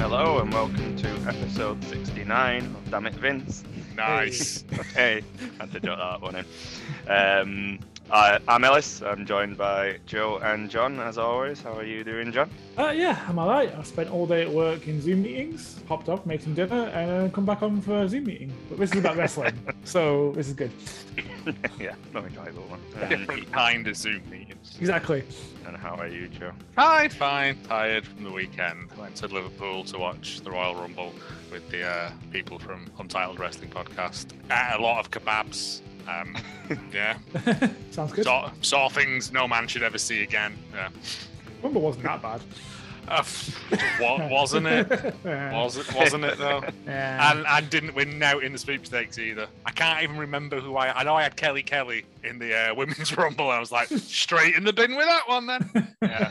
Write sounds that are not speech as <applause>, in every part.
Hello and welcome to episode 69 of Damn It Vince. Nice. Hey, I had to jot that one in. Um, I, I'm Ellis. I'm joined by Joe and John as always. How are you doing, John? <laughs> Uh, yeah, I'm alright. I spent all day at work in Zoom meetings, popped up, made some dinner, and then come back home for a Zoom meeting. But this is <laughs> about wrestling, so this is good. yeah, not enjoyable one. Um, Different kind of Zoom meetings. Exactly. <laughs> and how are you, Joe? Hi, fine. Tired from the weekend. Went to Liverpool to watch the Royal Rumble with the uh, people from Untitled Wrestling Podcast. Ate a lot of kebabs. Um, yeah. Sounds good. Saw, saw things no man should ever see again. Yeah. Rumble wasn't that bad. Uh, wa- wasn't it? <laughs> Was it? Wasn't it though? Yeah. And, and didn't win out in the sweepstakes either. I can't even remember who I. I know I had Kelly Kelly in the uh, women's <laughs> rumble. And I was like, straight in the bin with that one then. Yeah.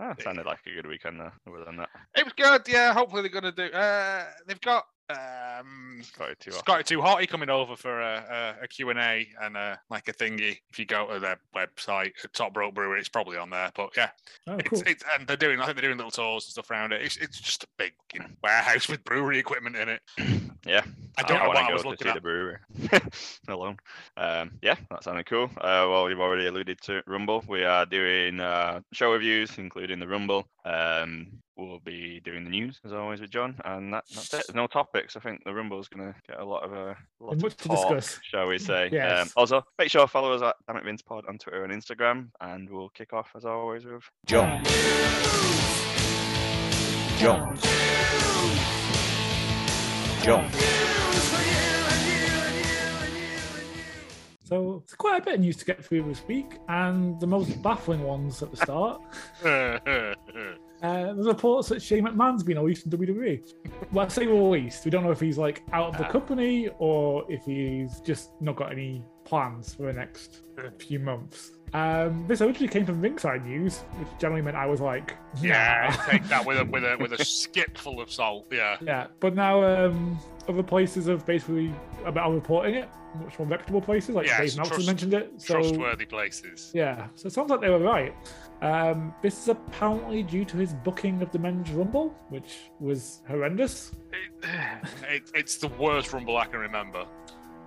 Ah, sounded like a good weekend there, other than that. It was good, yeah. Hopefully they're gonna do. Uh, they've got um, Got too off. Scotty Too Hotty coming over for a, a, a Q and A and uh like a thingy. If you go to their website, Top Rope Brewery, it's probably on there. But yeah, Oh, it's, cool. it's and they're doing. I think they're doing little tours and stuff around it. It's, it's just a big fucking warehouse with brewery equipment in it. <clears throat> Yeah, I don't know wanna what I go was to looking see at. the brewery <laughs> alone. Um, yeah, that sounded cool. Uh, well, you've already alluded to Rumble. We are doing uh, show reviews, including the Rumble. Um, we'll be doing the news as always with John, and that, that's it. There's no topics. I think the Rumble's going to get a lot of uh, lot much of to talk, discuss. shall we say? Um, <laughs> Yes. also, make sure to follow us at Damn It Vince Pod on Twitter and Instagram, and we'll kick off as always with John. John. John. So it's quite a bit of news to get through this week, and the most baffling ones at the start. <laughs> Uh, there's reports that Shane McMahon's been released from WWE. E. well, I say released. We don't know if he's like out of the Ah. company or if he's just not got any plans for the next few months. Um, this originally came from Ringside News, which generally meant I was like, yeah, nah. take that with a with a with a skip full of salt. Yeah. <laughs> yeah. But now um, other places have basically about reporting it, much more reputable places. Like Yeah, Dave so Meltzer trust- mentioned it. So Trustworthy places. yeah, so it sounds like they were right. Um, this is apparently due to his booking of the Men's Rumble, which was <sighs> horrendous. It, it, it's the worst rumble I can remember.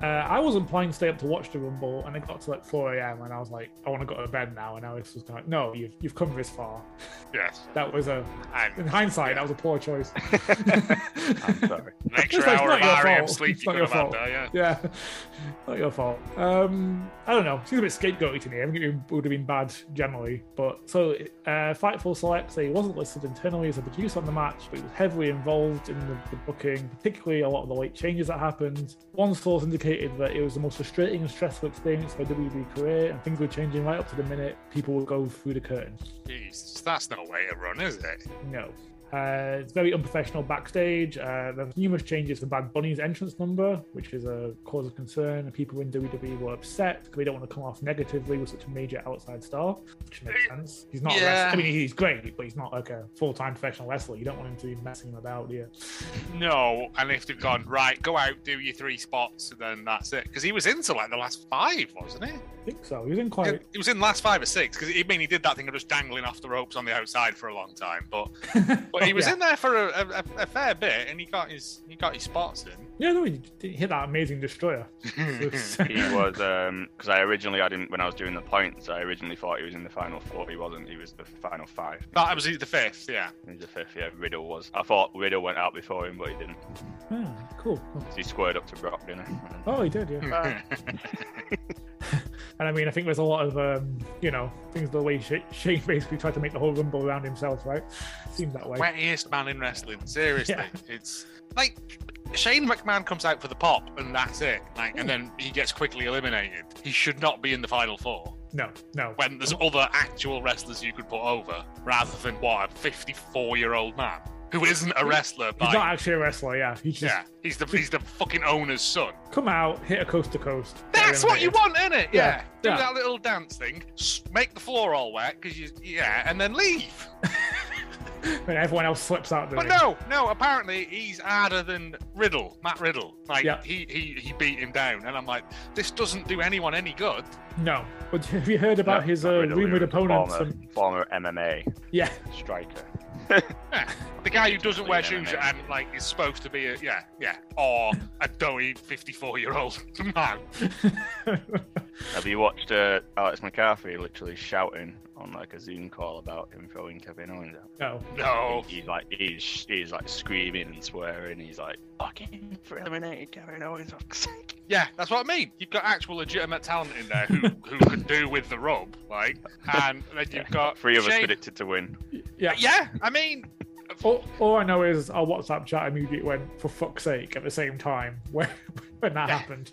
Uh, I wasn't planning to stay up to watch the Rumble, and it got to like 4 a.m. and I was like, I want to go to bed now. And Alex was like, No, you've you've come this far. Yes. That was a, <laughs> in And hindsight, that was a poor choice. <laughs> <laughs> I'm sorry. an extra like, hour it's of not your REM fault. sleep It's you not could have your had fault. there, yeah. yeah, <laughs> not your fault. Um, I don't know. She's a bit scapegoating here. I think it would have been bad generally. But so, uh, Fightful Select say he wasn't listed internally as a producer on the match, but he was heavily involved in the, the booking, particularly a lot of the late changes that happened. One source indicated that it was the most frustrating and stressful experience of my WWE E career, and things were changing right up to the minute people would go through the curtain. Jeez, that's no way to run, is it? No. Uh, it's very unprofessional backstage. Uh, there were numerous changes to Bad Bunny's entrance number, which is a cause of concern. and People in WWE were upset because they don't want to come off negatively with such a major outside star, which makes sense. He's not. a wrestler. Yeah. I mean, he's great, but he's not like a full-time professional wrestler. You don't want him to be messing about, do you? No, and if they've gone right, go out, do your three spots, and then that's it. Because he was into like the last five, wasn't he? I think so. He was in He- quite. He was in the last five or six. Because I mean, he did that thing of just dangling off the ropes on the outside for a long time, <laughs> but but he was Oh, yeah. in there for a, a, a- a fair bit, and he got his he got his spots in. Yeah, no, he did hit that amazing destroyer. <laughs> He was because I originally I didn't when I was doing the points. I originally thought he was in the final four. He wasn't. He was the final five. that was the fifth, yeah. He was the fifth. Yeah, Riddle was. I thought Riddle went out before him, but he didn't. Ah, cool. cool. 'Cause He squared up to Brock, didn't he? uh, Oh, he did, yeah. <laughs> And I mean, I think there's a lot of, um, you know, things the way Sh- Shane basically tried to make the whole rumble around himself, right? Seemed that way. Wettiest man in wrestling. Seriously, Yeah. it's like Shane McMahon comes out for the pop, and that's it. Like, and then he gets quickly eliminated. He should not be in the final four No, no. when there's Mm. other actual wrestlers you could put over, rather than what a 54-year-old man who isn't a wrestler. He's not By, actually a wrestler, yeah. He's just yeah, he's the he's the fucking owner's son. come out, hit a coast to coast. get That's what you eliminated. want, isn't it? Yeah. Yeah, Do yeah. that little dance thing, s- make the floor all wet, because you yeah, and then leave. And everyone else slips out of the But ring. no, no. Apparently, he's harder than Riddle, Matt Riddle. Like Yeah. he, he he beat him down, and I'm like, this doesn't do anyone any good. No. <laughs> But have you heard about his uh, rumored uh, opponents? former, Um, former MMA <laughs> yeah, <laughs> striker. The guy who doesn't wear Completely shoes MMA. and like is supposed to be a yeah yeah or a doughy fifty-four-year-old <laughs> man. Have you watched uh, Alex McCarthy literally shouting on like a Zoom call about him throwing Kevin Owens out? no. No, He- He's like he's he's like screaming and swearing. He's like fucking for eliminated Kevin Owens. For fuck's sake. yeah, that's what I mean. You've got actual legitimate talent in there <laughs> who who could do with the rub, like, and then you've Yeah, got Three of us Shane- predicted to win. Yeah. Yeah, I mean, All, all I know is our WhatsApp chat immediately went for fuck's sake at the same time <laughs> when when that Yeah. happened.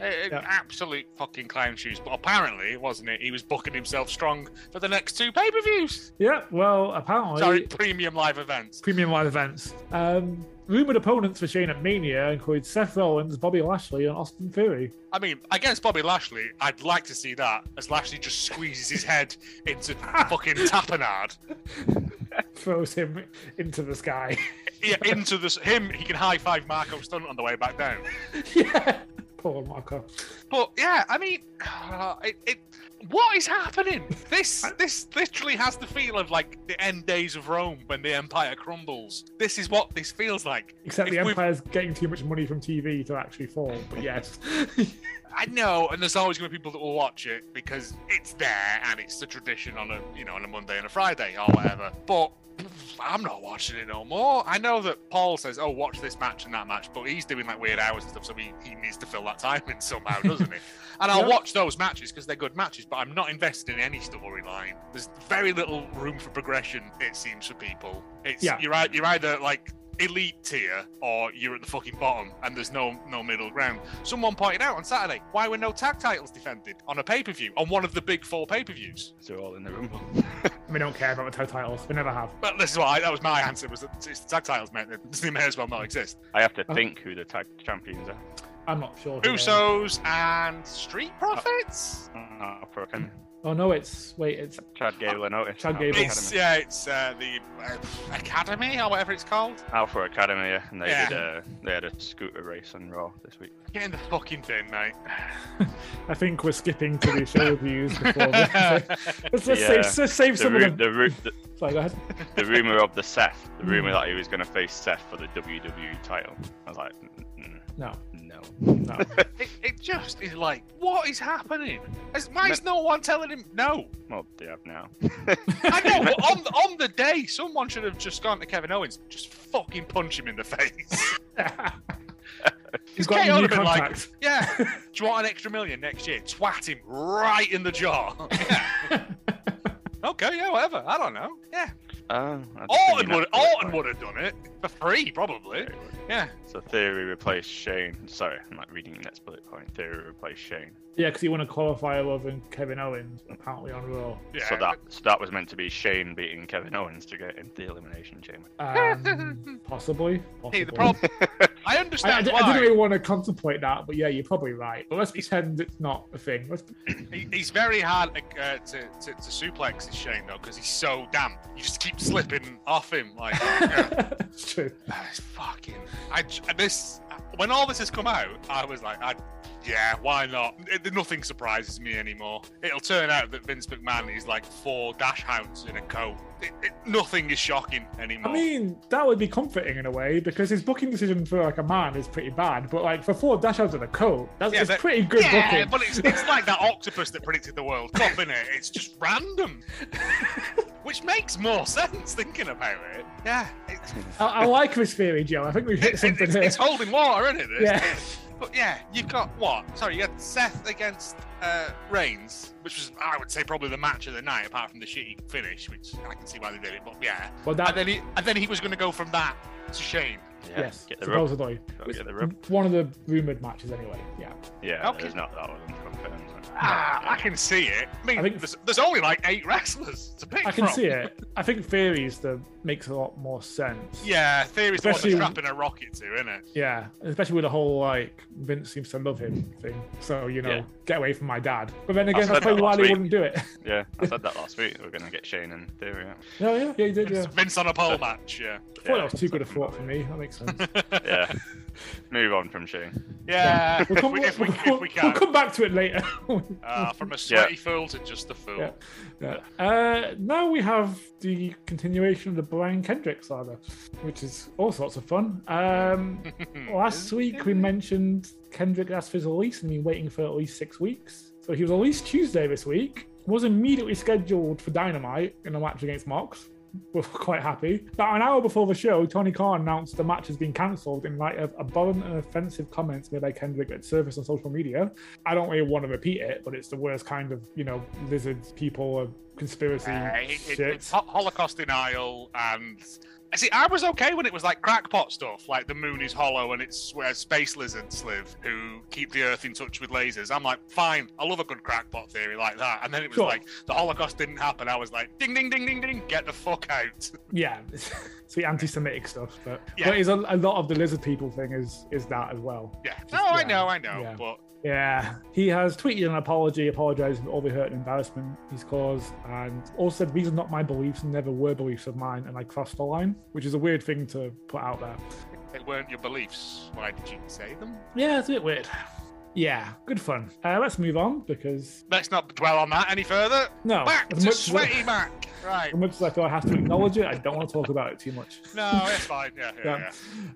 Uh, Yeah. Absolute fucking clown shoes. But apparently, wasn't it? He was booking himself strong for the next two pay per views. Yeah. Well, apparently Sorry, premium live events. premium live events. Um, rumored opponents for Shane at Mania include Seth Rollins, Bobby Lashley, and Austin Theory. I mean, against Bobby Lashley, I'd like to see that as Lashley just squeezes his head into fucking tapenade. Throws him into the sky. <laughs> Yeah, into this him. He can high five Marco Stunt on the way back down. yeah. Poor Marco. But yeah, I mean, uh, it, it what is happening? This this literally has the feel of like the end days of Rome when the empire crumbles. This is what this feels like. Except the If we- Empire's getting too much money from TV to actually fall. But yes. <laughs> I know, and there's always going to be people that will watch it because it's there and it's the tradition on a you know on a Monday and a Friday or whatever. But <clears throat> I'm not watching it no more. I know that Paul says, "Oh, watch this match and that match," but he's doing like weird hours and stuff, so he, he needs to fill that time in somehow, <laughs> doesn't he? And I'll Yeah. watch those matches because they're good matches, but I'm not invested in any storyline. There's very little room for progression, it seems, for people. It's Yeah. you're ei- you're either like elite tier or you're at the fucking bottom, and there's no no middle ground. Someone pointed out on Saturday why were no tag titles defended on a pay per view on one of the big four pay per views. So we're all in the <laughs> rumble. we don't care about the tag titles. We never have. But this is why that was my answer was that it's the tag titles meant that <laughs> they may as well not exist. I have to Oh. think who the tag champions are. I'm not sure. who they are. Usos and Street Profits. Uh, for a- Oh no, it's wait, it's Chad Gable, I noticed. Chad Alpha Gable. Ah, It's Academy. yeah, it's uh, the uh, Academy or whatever it's called. Alpha Academy, yeah, and they Yeah. did uh, they had a scooter race on Raw this week. Get in the fucking bin, mate. I think we're skipping to the show reviews before <laughs> this. <laughs> Let's, let's Yeah. save, let's save The, some ru- of them. the, ru- the, Sorry, go ahead. the rumor of the Seth, Mm. the rumor Hmm. that he was going to face Seth for the WWE title. I was like, "Mm, mm, <laughs> No, <laughs> no. no. it, it just is like, what is happening? Is- Why is no one telling him <laughs> no? Well, they have now. I know, but on, the- on the day, someone should have just gone to Kevin Owens, just fucking punch him in the <laughs> face. He's Kate got a new Oldman, like- contact. yeah. <laughs> Do you want an extra million next year? Twat him right in the <laughs> jaw. Yeah. okay, yeah, whatever. I don't know. Yeah. Oh, Orton Um, would, Orton would eh? have done it for free, probably. Yeah. So Theory replaced Shane. Sorry, I'm like reading your next bullet point. Theory replaced Shane. yeah, because he won a qualifier over Kevin Owens apparently on Raw. Yeah. So that so that was meant to be Shane beating Kevin Owens to get into the elimination chamber. Um, possibly. possibly. Hey, <laughs> the problem. I I, I understand di- I why. didn't really want to contemplate that, but yeah, you're probably right. But let's pretend it's not a thing. Let's, <laughs> He- He's very hard uh, to, to, to suplex, is Shane, though, because he's so damp. You just keep slipping off him. <laughs> Like, yeah. it's true. it's fucking. I, j- this, when all this has come out, I was like, I, yeah, why not? It, nothing surprises me anymore. It'll turn out that Vince McMahon is like four dash hounds in a coat. It, it, nothing is shocking anymore. I mean, that would be comforting in a way because his booking decision for like a man is pretty bad, but like for four dash outs of the coat, that's Yeah, it's but- pretty good yeah, booking. but it's, it's like that octopus that predicted the World Cup, innit? It's just <laughs> random. Which makes more sense thinking about it. Yeah, it's I, I like this theory, Joe. I think we've hit It- it- something it's, here. it's holding water, isn't it? This? Yeah. But yeah, you've got what? Sorry, you had Seth against uh, Reigns, which was, I would say, probably the match of the night, apart from the shitty finish, which I can see why they did it. But yeah, Well, and that, then he and then he was going to go from that to Shane. Yeah, yes, get the rub. supposedly. Gotta It's Get the rub. One of the rumored matches, anyway. Yeah. Yeah, Okay. there's not that one confirmed. Ah, I can see it. I mean, I think- there's, there's only like eight wrestlers to pick I can from. see it. I think theories that makes a lot more sense. Yeah, theory's the one that's Especially- trapping a rocket to, isn't it? Yeah. Especially with the whole like Vince seems to love him thing. So you know, Yeah. get away from my dad. But then again, said that's that probably why last they week. wouldn't do it. Yeah, I said that last week. that We're gonna get Shane and Theory. out. no, <laughs> yeah, yeah, you did. Yeah. It's Vince on a pole match. <laughs> Yeah. I thought Yeah, that was too good <laughs> a something <laughs> thought for me. That makes sense. Yeah. Move on from Shane. Yeah, We'll come, if, we, if, we, we'll- if we we'll can. come back to it later. <laughs> Ah, from a sweaty fool to just a fool. Yeah. Yeah. Uh, now we have the continuation of the Brian Kendrick saga, which is all sorts of fun. Um, last week we mentioned Kendrick asked for his release and been waiting for at least six weeks. So he was released Tuesday this week, was immediately scheduled for Dynamite in a match against Mox. <laughs> We're quite happy. About an hour before the show, Tony Khan announced the match has been cancelled in light of abhorrent and offensive comments made by Kendrick that surfaced on social media. I don't really want to repeat it, but it's the worst kind of, you know, lizards, people, or conspiracy Uh, it- it- shit. it's ho- Holocaust denial and. See, I was okay when it was like crackpot stuff, like the moon is hollow and it's where space lizards live who keep the Earth in touch with lasers. I'm like, fine, I love a good crackpot theory like that. And then it was Sure. like the Holocaust didn't happen. I was like, ding, ding, ding, ding, ding, get the fuck out. <laughs> yeah, <laughs> it's the anti-Semitic stuff, but Yeah. but it's a, a lot of the lizard people thing is is that as well. Yeah. No, I yeah, know, I know, yeah. but Yeah, he has tweeted an apology, apologizing for all the hurt and embarrassment he's caused, and also said these are not my beliefs and never were beliefs of mine, and I crossed the line, which is a weird thing to put out there. they weren't your beliefs. Why did you say them? Yeah, it's a bit weird. Yeah, good fun. Uh, let's move on because Let's not dwell on that any further. no, Back Oh. as to much- sweaty Mac. Right. <laughs> as much as I feel I have to acknowledge it, I don't want to talk about it too much. No, it's fine. Yeah, yeah, yeah.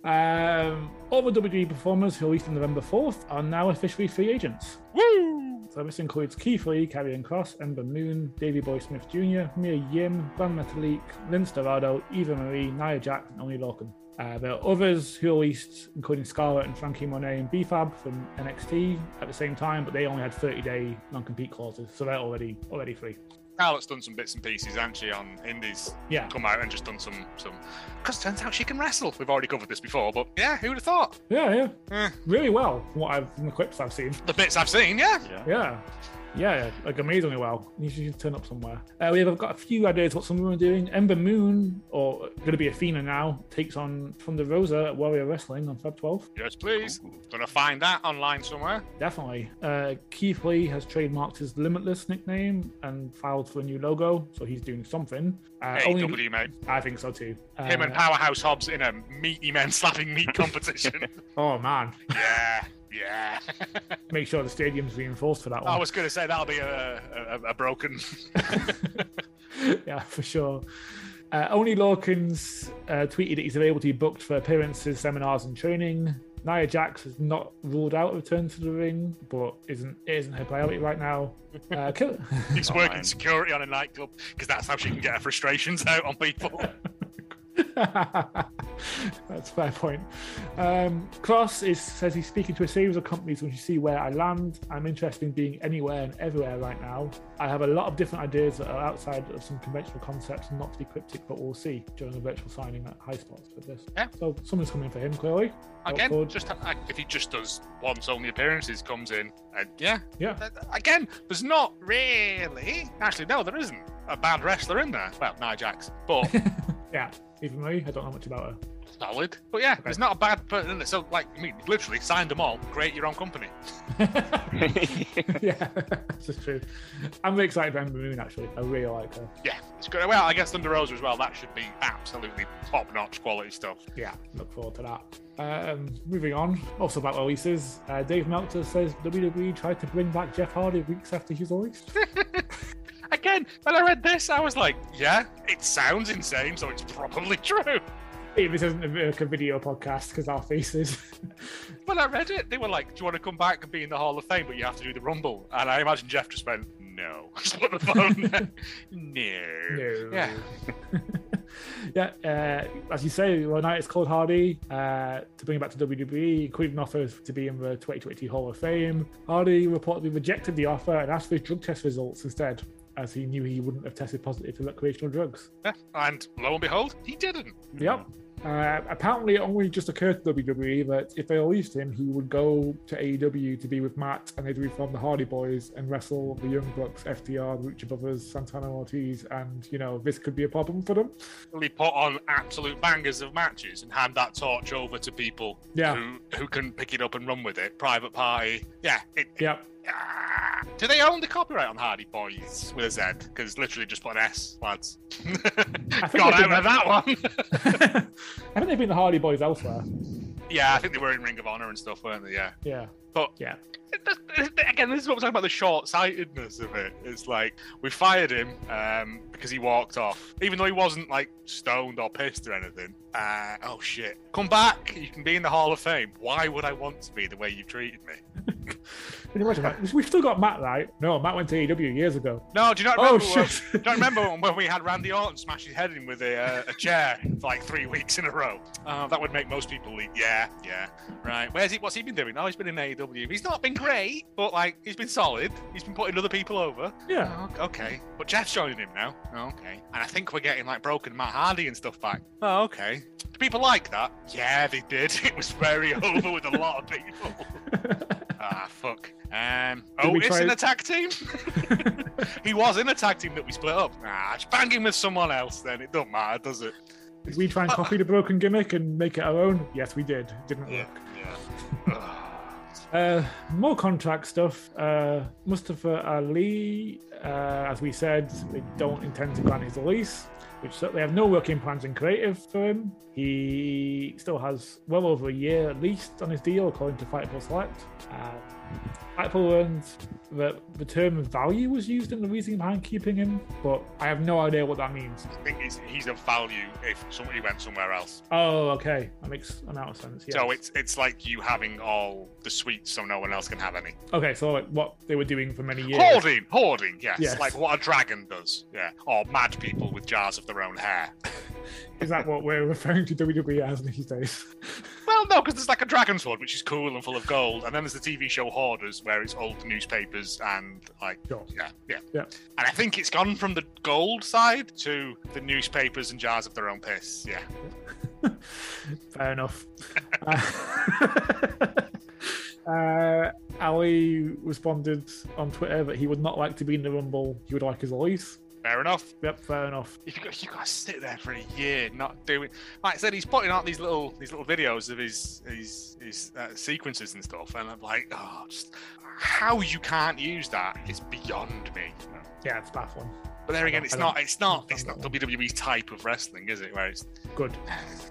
Yeah. Um, all the WWE performers who released on November 4th are now officially free agents. Woo! So this includes Keith Lee, Karrion Cross, Ember Moon, Davey Boy Smith Jr., Mia Yim, Van Metalik, Lynn Storado, Eva Marie, Nia Jack, and Oni Lorcan. Uh, there are others who released, including Scarlett and Frankie Monet and BFAB from NXT at the same time, but they only had 30-day non-compete clauses, so they're already already free. Charlotte's done some bits and pieces, hasn't she, on Indies? Yeah, Come out and just done some some. Because turns out she can wrestle. We've already covered this before, but yeah, who'd have thought? yeah, yeah. Eh. Really well from what I've from the clips I've seen. The bits I've seen, yeah. Yeah. Yeah. Yeah, like amazingly well. You should turn up somewhere. Uh, we have got a few ideas what some women are doing. Ember Moon, or going to be Athena now, takes on from the Rosa at Warrior Wrestling on Feb 12th. <laughs> Yes, please. Ooh. Gonna find that online somewhere. Definitely. Uh, Keith Lee has trademarked his Limitless nickname and filed for a new logo, so he's doing something. Uh, AW, only- mate. I think so too. Uh, Him and Powerhouse Hobbs in a meaty men <laughs> slapping meat competition. Oh, man. <laughs> yeah, yeah. Make sure the stadium's reinforced for that <laughs> one. I was gonna say that'll be a, a, a <laughs> broken. <laughs> yeah, for sure. Uh, Oni Lorcan's uh, tweeted that he's available to be booked for appearances, seminars, and training. Nia Jax has not ruled out a return to the ring, but isn't it isn't her priority right now. Uh, Kill- <laughs> He's Not working mine. security on a nightclub because that's how she can get her frustrations out on <laughs> people. <laughs> That's a fair point. Um, Cross is says he's speaking to a series of companies when you see where I land. I'm interested in being anywhere and everywhere right now. I have a lot of different ideas that are outside of some conventional concepts, not to be cryptic, but we'll see during the virtual signing at High Spots for this. Yeah. So someone's coming for him clearly. Again, Awkward. just like, if he just does once only appearances, comes in, and yeah, Yeah. Uh, Again, there's not really. Actually, no, there isn't a bad wrestler in there. Well, Nia Jax, but Yeah. Even Marie, I don't know much about her. <laughs> solid. But yeah, there's not a bad person in there. So, like, I mean, you've literally signed them all. Create your own company. yeah, <laughs> this is true. I'm really excited for Ember Moon actually. I really like her. Yeah, it's good. Well, I guess Thunder Rosa as well. That should be absolutely top-notch quality stuff. yeah, look forward to that. Um, moving on, also about releases, uh, Dave Meltzer says WWE tried to bring back Jeff Hardy weeks after he's released. Again, when I read this, I was like, yeah, it sounds insane, so it's probably <laughs> true. Hey, this isn't a, like a video podcast because our faces. When I read it, they were like, do you want to come back and be in the Hall of Fame, but you have to do the Rumble? And I imagine Jeff just went, no. <laughs> Just put the phone down. no. no. Yeah. <laughs> yeah, uh, as you say, well, now it's called Hardy uh, to bring him back to WWE, including an offer to be in the 2020 Hall of Fame. Hardy reportedly rejected the offer and asked for his drug test results instead, as he knew he wouldn't have tested positive for recreational drugs. Yeah, And lo and behold, he didn't. Yep. Uh, apparently, it only just occurred to WWE that if they released him, he would go to AEW to be with Matt, and they'd reform the Hardy Boys and wrestle the Young Bucks, FTR, the Lucha Brothers, Santana Ortiz, and you know this could be a problem for them. He put on absolute bangers of matches and hand that torch over to people Yeah, who who can pick it up and run with it. Private Party, yeah. It, yeah. ah. Do they own the copyright on Hardy Boys with a Z? Because literally just put an S, lads. I Got <laughs> think they out of that one. <laughs> <laughs> I think they've been the Hardy Boys elsewhere. Yeah, I think they were in Ring of Honor and stuff, weren't they? Yeah. Yeah. That's- again, this is what I'm talking about the short sightedness of it. It's like we fired him um, because he walked off, even though he wasn't like stoned or pissed or anything. Uh, oh shit. Come back. You can be in the Hall of Fame. Why would I want to be the way you treated me? Can you imagine that? We've still got Matt, right? No, Matt went to AEW years ago. No, do you not Oh remember? when, shit! <laughs> do you not remember when- when we had Randy Orton smash his head in with a, uh, a chair for like three weeks in a row? Uh, that would make most people leave. Yeah, yeah. Right. Where's he? What's he been doing? Oh, he's been in AEW. He's not been great, but like he's been solid. He's been putting other people over. yeah. Oh, okay. But Jeff's joining him now. Oh, okay. And I think we're getting like broken Matt Hardy and stuff back. Oh, okay. Do people like that? Yeah, they did. <laughs> It was very over with a lot of people. <laughs> ah, fuck. Um, Did we Otis try- in a tag team? <laughs> he was in a tag team that we split up. Ah, just bang him with someone else then. It don't matter, does it? Did we try and copy the broken gimmick and make it our own? Yes, we did. Didn't work. Yeah. Ugh. Uh, more contract stuff. Uh, Mustafa Ali, uh, as we said, they don't intend to grant his release, which so they have no working plans in creative for him. He still has well over a year at least on his deal, according to Fightful Select. Uh, Fightful learned that the term value was used in the reasoning behind keeping him, but I have no idea what that means. I think he's, he's of value if somebody went somewhere else. Oh, okay, that makes an amount of sense. Yes. So it's it's like you having all the sweets so no one else can have any. okay. So like what they were doing for many years. Hoarding, hoarding, yes. Yes. Like what a dragon does. Yeah. Or mad people with jars of their own <laughs> hair. Is that what we're referring to WWE as these days? <laughs> Well, no, because there's like a dragon sword, which is cool and full of gold. And then there's the TV show Hoarders, where it's old newspapers and like, Sure. yeah, yeah. Yeah. And I think it's gone from the gold side to the newspapers and jars of their own piss. Yeah. Fair enough. Uh, <laughs> uh, Ali responded on Twitter that he would not like to be in the Rumble. He would like his release. Fair enough. Yep, fair enough. You got you got to sit there for a year not doing. Like I said, he's putting out these little these little videos of his his his uh, sequences and stuff, and I'm like, oh, just how you can't use that is beyond me. Yeah, it's baffling. But there again, don't- it's I not it's not it's not understand WWE's type of wrestling, is it? Where it's Good.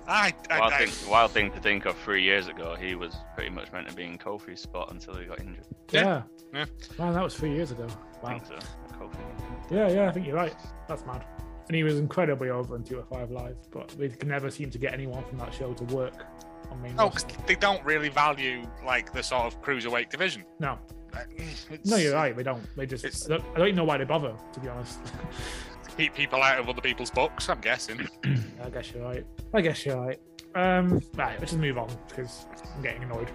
I, I, Wild I- thing, wild thing to think of. Three years ago, he was pretty much meant to be in Kofi's spot until he got injured. Yeah. Yeah. Yeah. Man, that was three years ago. I Wow. think so. Kofi. <laughs> Yeah, yeah, I think you're right. That's mad. And he was incredibly over on 205 Live, but they can never seem to get anyone from that show to work on main no, roster. 'cause they don't really value like the sort of cruiserweight division. No, Like, mm, it's- no, you're right. They don't. They just. It's- I don't, I don't even know why they bother, to be honest. Keep people out of other people's books. I'm <laughs> guessing. I guess you're right. I guess you're right. Um, right, let's just move on because I'm getting annoyed.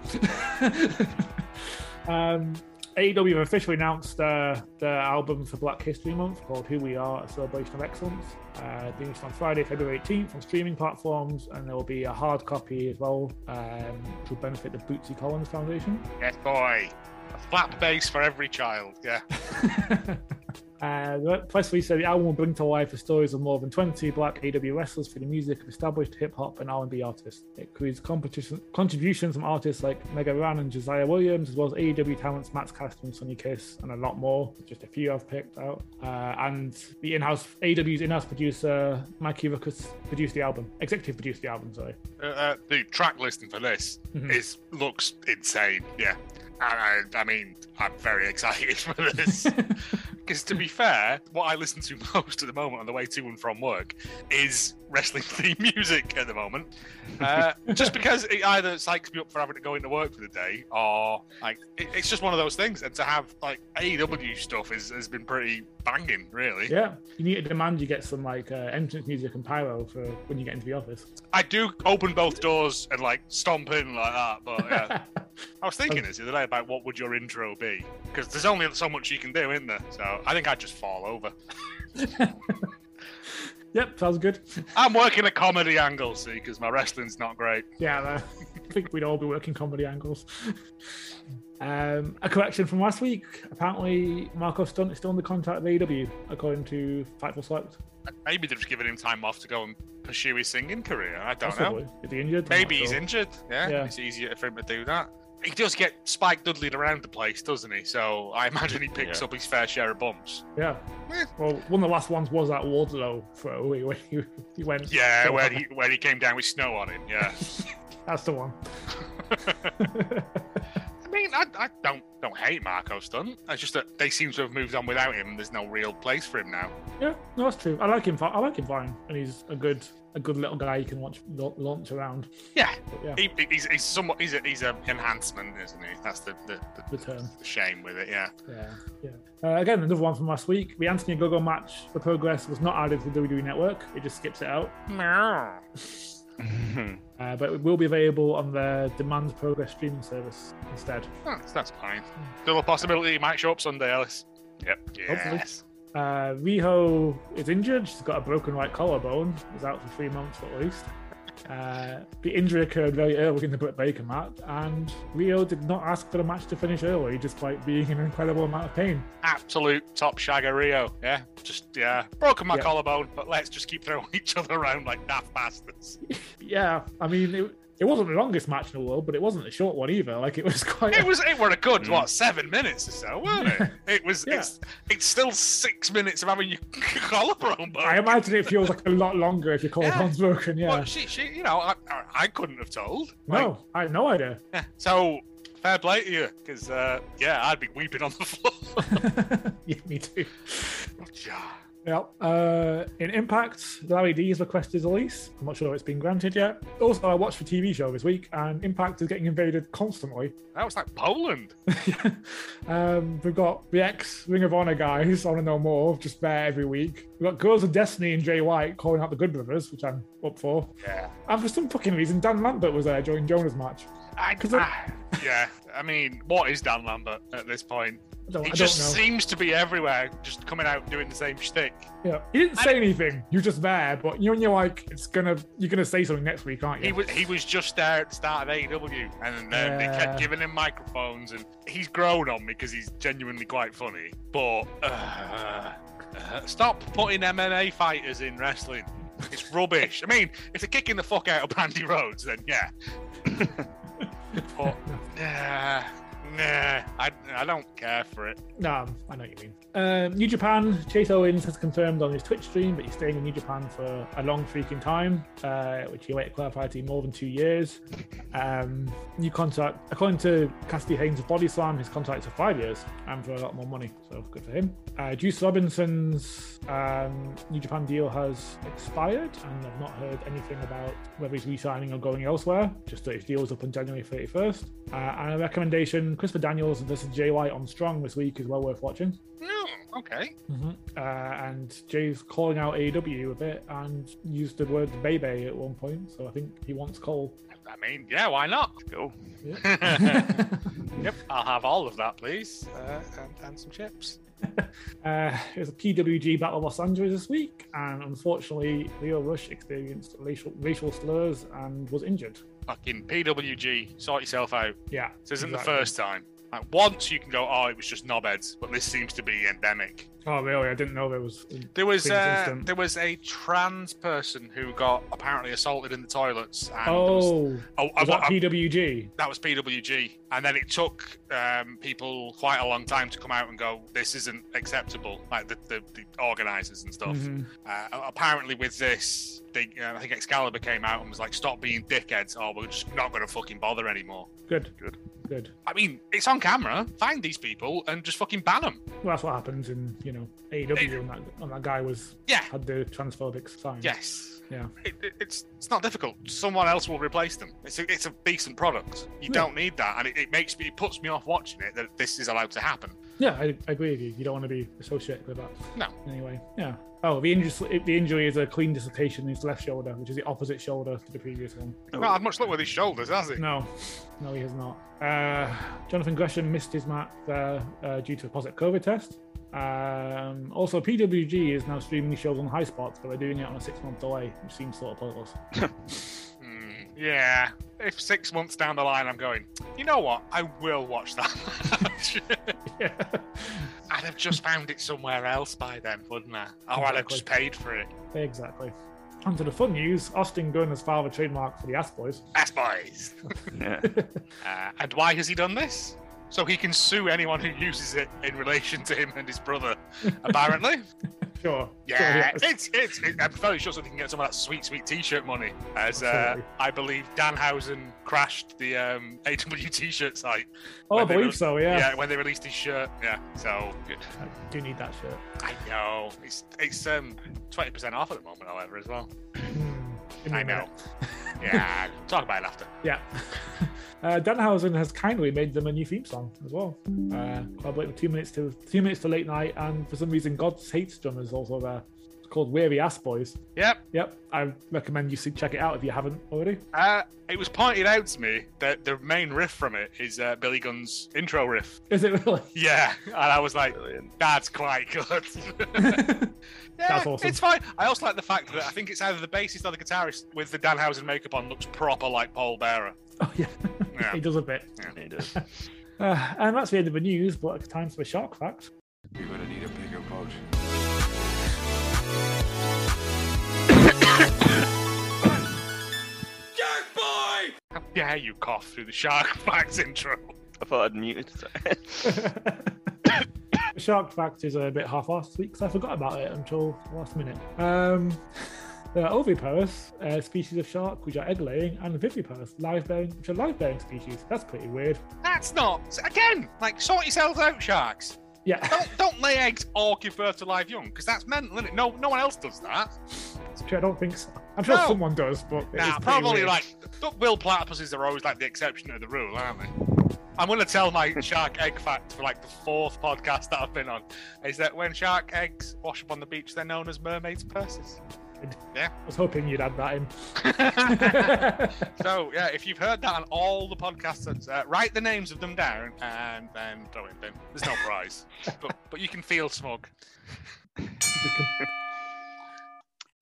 um, AEW have officially announced uh, their album for Black History Month called Who We Are, A Celebration of Excellence. Uh, it released on Friday, February 18th on streaming platforms, and there will be a hard copy as well, um, which will benefit the Bootsy Collins Foundation. yes, boy. A flat base for every child. Yeah. Uh, the press release said the album will bring to life the stories of more than 20 black AW wrestlers through the music of established hip hop and R&B artists. It includes competition, contributions from artists like Mega Ran and Josiah Williams, as well as AEW talents Max Caster and Sonny Kiss, and a lot more. Just a few I've picked out. Uh, and the in-house AEW's in-house producer Mikey Ruckus produced the album, executive produced the album. Sorry. Uh, uh, the track listing for this Mhm. is looks insane. Yeah, and I, I mean, I'm very excited <laughs> for this because, to be fair, what I listen to <laughs> most at the moment on the way to and from work is wrestling <laughs> theme music at the moment. Uh, just because it either psychs me up for having to go into work for the day, or like it, it's just one of those things. And to have like AEW stuff is, has been pretty banging, really. yeah, you need to demand you get some like uh, entrance music and pyro for when you get into the office. I do open both doors and like stomp in like that, but yeah. <laughs> I was thinking this the other day about what would your intro be because there's only so much you can do, isn't there? So I think I'd just fall over. yep, sounds good. I'm working a comedy angle, see, because my wrestling's not great. Yeah, uh, I think we'd all be working comedy angles. Um, a correction from last week. Apparently, Marco Stunt is still under contract with AEW, according to Fightful Select. Maybe they've just given him time off to go and pursue his singing career. I don't know. Possibly. Is he injured? I'm Maybe not he's sure. injured. Yeah? Yeah. it's easier for him to do that. He does get Spike Dudley around the place, doesn't he? So I imagine he picks Yeah. up his fair share of bumps. Yeah. Eh. Well, one of the last ones was that Wardlow throw where he, he went. Yeah, So- where he where he came down with snow on him. Yeah, <laughs> That's the one. I mean, I, I don't don't hate Marco Stunt. It's just that they seem to have moved on without him. There's no real place for him now. yeah, no, that's true. I like him. fi- I like him fine, and he's a good, a good little guy you can launch la- launch around. Yeah, But yeah, he, he's, he's somewhat he's a, he's an enhancement, isn't he? That's the the, the, the term. the shame with it. Yeah. Yeah, yeah. Uh, again, another one from last week. The Anthony Gogo match for Progress was not added to the WWE Network. It just skips it out. Meow. Uh, but it will be available on their Demand Progress streaming service instead. That's, that's fine. Still a possibility he might show up Sunday, Ellis. Yep. Yes. Uh, Riho is injured. She's got a broken right collarbone. Is out for three months at least. Uh, the injury occurred very early in the Britt Baker match, and Rio did not ask for the match to finish early, despite being in an incredible amount of pain. Absolute top shagger Rio. Yeah. Just, yeah. Broken my Yeah. collarbone, but let's just keep throwing <laughs> each other around like daft bastards. Yeah, I mean, it, it wasn't the longest match in the world, but it wasn't a short one either. Like it was quite. It was, it were a good, Mm. what, seven minutes or so, weren't <laughs> it? It was, Yeah. it's, it's still six minutes of having your <laughs> collarbone broken. I imagine it feels like a lot longer if your collarbone's broken. Yeah. Well, she, she, you know, I, I, I couldn't have told. Like, no, I had no idea. yeah. So, fair play to you, because, uh, yeah, I'd be weeping on the <laughs> floor. yeah, me too. Yeah. Yep. Uh, in Impact, Larry D's request is release. I'm not sure it's been granted yet. Also, I watched the TV show this week, and Impact is getting invaded constantly. <laughs> that was like Poland. um, we've got the ex Ring of Honor guys, I want to know more, just there every week. We've got Girls of Destiny and Jay White calling out the Good Brothers, which I'm up for. Yeah. And for some fucking reason, Dan Lambert was there during Jonah's match. I, ah, 'Cause I- yeah, I mean, what is Dan Lambert at this point? I don't, He I don't just know. seems to be everywhere, just coming out doing the same shtick. yeah. He didn't I- say anything. You're just there, but you you're like, it's gonna, you're gonna say something next week, aren't you? He was he was just there at the start of AEW, and um, they Yeah. kept giving him microphones, and he's grown on me because he's genuinely quite funny. But uh, uh, stop putting MMA fighters in wrestling. It's rubbish. I mean, if they're kicking the fuck out of Brandy Rhodes, then yeah. but nah, nah, I, I don't care for it. Nah, I know what you mean. Um, New Japan, Chase Owens has confirmed on his Twitch stream that he's staying in New Japan for a long freaking time, uh, which he later clarified to be more than two years. Um, new contract, according to Cassidy Haynes of Body Slam, his contract's for five years and for a lot more money, so good for him. Uh, Juice Robinson's um, New Japan deal has expired, and I've not heard anything about whether he's re signing or going elsewhere, just that his deal is up on January 31st. Uh, and a recommendation Christopher Daniels versus Jay White on Strong this week is well worth watching. Hmm, okay. Uh, and Jay's calling out AEW a bit and used the word baby at one point, so I think he wants Cole. I mean, yeah, why not? Go. Yeah. Yep, I'll have all of that, please, uh, and, and some chips. Uh, it was a PWG Battle of Los Angeles this week, and unfortunately, Leo Rush experienced racial, racial slurs and was injured. Fucking PWG, sort yourself out. Yeah, This isn't exactly. the first time. Like once you can go, oh, it was just knobheads, but this seems to be endemic. Oh, really? I didn't know there was. There was Things uh, instant. there was a trans person who got apparently assaulted in the toilets. And there was- Oh, oh, I- was that I- PWG? that was PWG, and then it took um, people quite a long time to come out and go, "This isn't acceptable." Like the the, the organisers and stuff. Mhm. Uh, apparently, with this, they, uh, I think Excalibur came out and was like, "Stop being dickheads, or we're just not going to fucking bother anymore." Good, Good. good. I mean, it's on camera. Find these people and just fucking ban them. Well, that's what happens in you know AEW, and that, and that guy was Yeah. had the transphobic sign. Yes. Yeah. It, it, it's it's not difficult. Someone else will replace them. It's a, it's a decent product. You Yeah. don't need that, and it, it makes me it puts me off watching it that this is allowed to happen. Yeah, I, I agree with you. You don't want to be associated with that. No. Anyway, yeah. Oh, the injury, the injury is a clean dislocation in his left shoulder, which is the opposite shoulder to the previous one. Not had much luck with his shoulders, has he? Oh. No, no, he has not. Uh, Jonathan Gresham missed his match there uh, due to a positive COVID test. Um, also, PWG is now streaming shows on High Spots, but they're doing it on a six month delay, which seems sort of pointless. <laughs> Hmm, yeah. If six months down the line, I'm going. You know what? I will watch that. <laughs> match." yeah. I'd have just found it somewhere else by then, wouldn't I? Or I'd have Exactly. just paid for it. Exactly. On to the fun news Austin Gunn has filed a trademark for the Ass Boys. Ass boys. Yeah. <laughs> Uh, and why has he done this? <laughs> So he can sue anyone who uses it in relation to him and his brother, apparently. Sure. Yeah, Sure, it's, it's it- I'm fairly sure somebody can get some of that sweet, sweet T-shirt money. As uh, Absolutely. I believe Danhausen crashed the um, <laughs> AW T-shirt site. Oh, I when they believe re- so. Yeah. when they released his shirt. Yeah, so I do need that shirt. I know it's it's um twenty percent off at the moment, however, as well. Hmm. Give me I <laughs> a minute. know. yeah, talk about it after. Yeah. <laughs> Uh, Danhausen has kindly made them a new theme song as well. Uh, collaborate with two minutes to two minutes to late night, and for some reason, God's Hate Drum is also there. It's called Weary Ass Boys. Yep. Yep, I recommend you see- check it out if you haven't already. Uh, it was pointed out to me that the main riff from it is uh, Billy Gunn's intro riff. Is <laughs> it really? <laughs> Yeah, and I was like, Brilliant. that's quite good. <laughs> Yeah, That's awesome. It's fine. I also like the fact that I think it's either the bassist or the guitarist with the Danhausen makeup on looks proper like Paul Bearer. oh yeah, <laughs> Yeah. it does a bit. He does. Uh, and that's the end of the news. But it's time for the shark fact. You're gonna need a bigger boat. How dare you cough through the Shark <laughs> Facts intro? I thought I'd muted. <laughs> sorry. the shark fact is a bit half-assed this week because I forgot about it until the last minute. Um, there are oviparous, a species of shark which are egg-laying, and viviparous, live-bearing, which are live-bearing species. That's pretty weird. That's not again. Like sort yourselves out, sharks. Yeah, <laughs> Don't don't lay eggs or give birth to live young because that's mental, is No, no one else does that. it's true, I don't think so. I'm sure No. someone does, but it's Nah, probably like but will platypuses are always like the exception to the rule, aren't they? I'm gonna tell my shark egg fact for like the fourth podcast that I've been on is that when shark eggs wash up on the beach, they're known as mermaids' purses. I was hoping you'd <laughs> add that in. <laughs> so yeah, if you've heard that on all the podcasts, that's, uh, write the names of them down and then throw it in. the bin. There's no prize, but but you can feel smug. <laughs>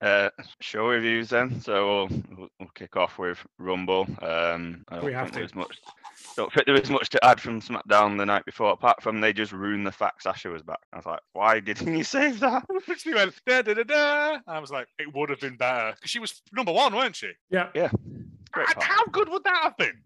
Uh, show reviews then. So we'll, we'll- we'll kick off with Rumble. Um, I don't We have think there was to. much. Don't think there was much to add from SmackDown the night before, apart from they just ruined the fact Sasha was back. I was like, why didn't you <laughs> save that? Which we went da da da da, and I was like, it would have been better because she was number one, weren't she? yeah, Yeah, great And part. <laughs> how good would that have been?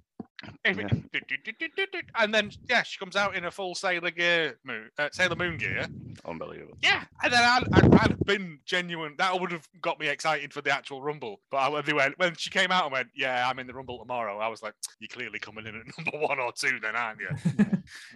If it- <laughs> Yeah. do, do, do, do, do, do, And then yeah, she comes out in a full Sailor gear, mo- uh, Sailor Moon gear. unbelievable. Yeah, and then I'd, I'd, I'd have been genuine. That would have got me excited for the actual Rumble. But I, they went when she came out and went, "Yeah, I'm in the Rumble tomorrow." I was like, "You're clearly coming in at <laughs> number one or two, then, aren't you?" <laughs>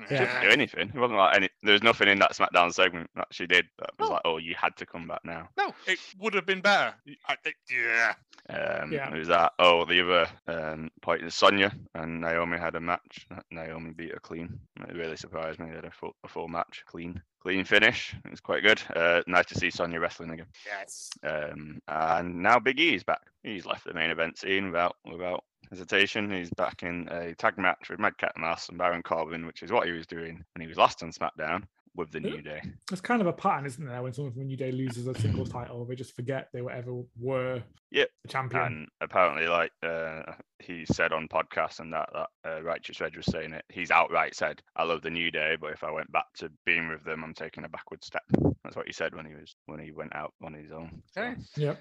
Yeah. Didn't do anything. It wasn't like any. There was nothing in that SmackDown segment that she did that was No. like, oh, you had to come back now. No, it would have been better. I, think yeah, Um, Yeah. It was that. Oh, the other um, point is Sonya and Naomi had a match. Na- Naomi beat her clean. It really surprised me. They had a full, a full match, clean, clean finish. It was quite good. Uh, nice to see Sonya wrestling again. yes. <laughs> Um, and now Big E is back. He's left the main event scene without without hesitation. He's back in a tag match with Madcap Moss and Baron Corbin, which is what he was doing when he was last on SmackDown with the Yeah. New Day. it's kind of a pattern, isn't there? When someone from New Day loses a singles title, they just forget they were ever were Yep. the champion. And apparently, like uh, he said on podcast, and that, that uh, Righteous Red was saying it, he's outright said, "I love the New Day, but if I went back to being with them, I'm taking a backward step." That's what he said when he was when he went out on his own. so. Okay. Yep.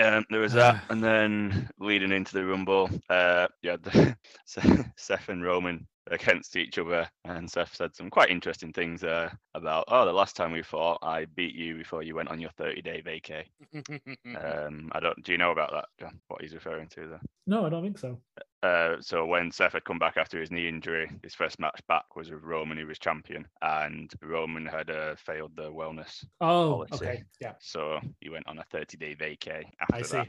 Um, there was that, and then leading into the Rumble, uh, you had the, <laughs> Se- Seth and Roman against each other, and Seth said some quite interesting things uh, about, "Oh, the last time we fought, I beat you before you went on your 30-day vacay." Um, I don't. Do you know about that, John? What he's referring to there? No, I don't think so. Uh, so when Seth had come back after his knee injury, his first match back was with Roman, who was champion, and Roman had uh, failed the wellness, Oh, Policy. okay. Yeah, so he went on a 30-day vacay I after see. that.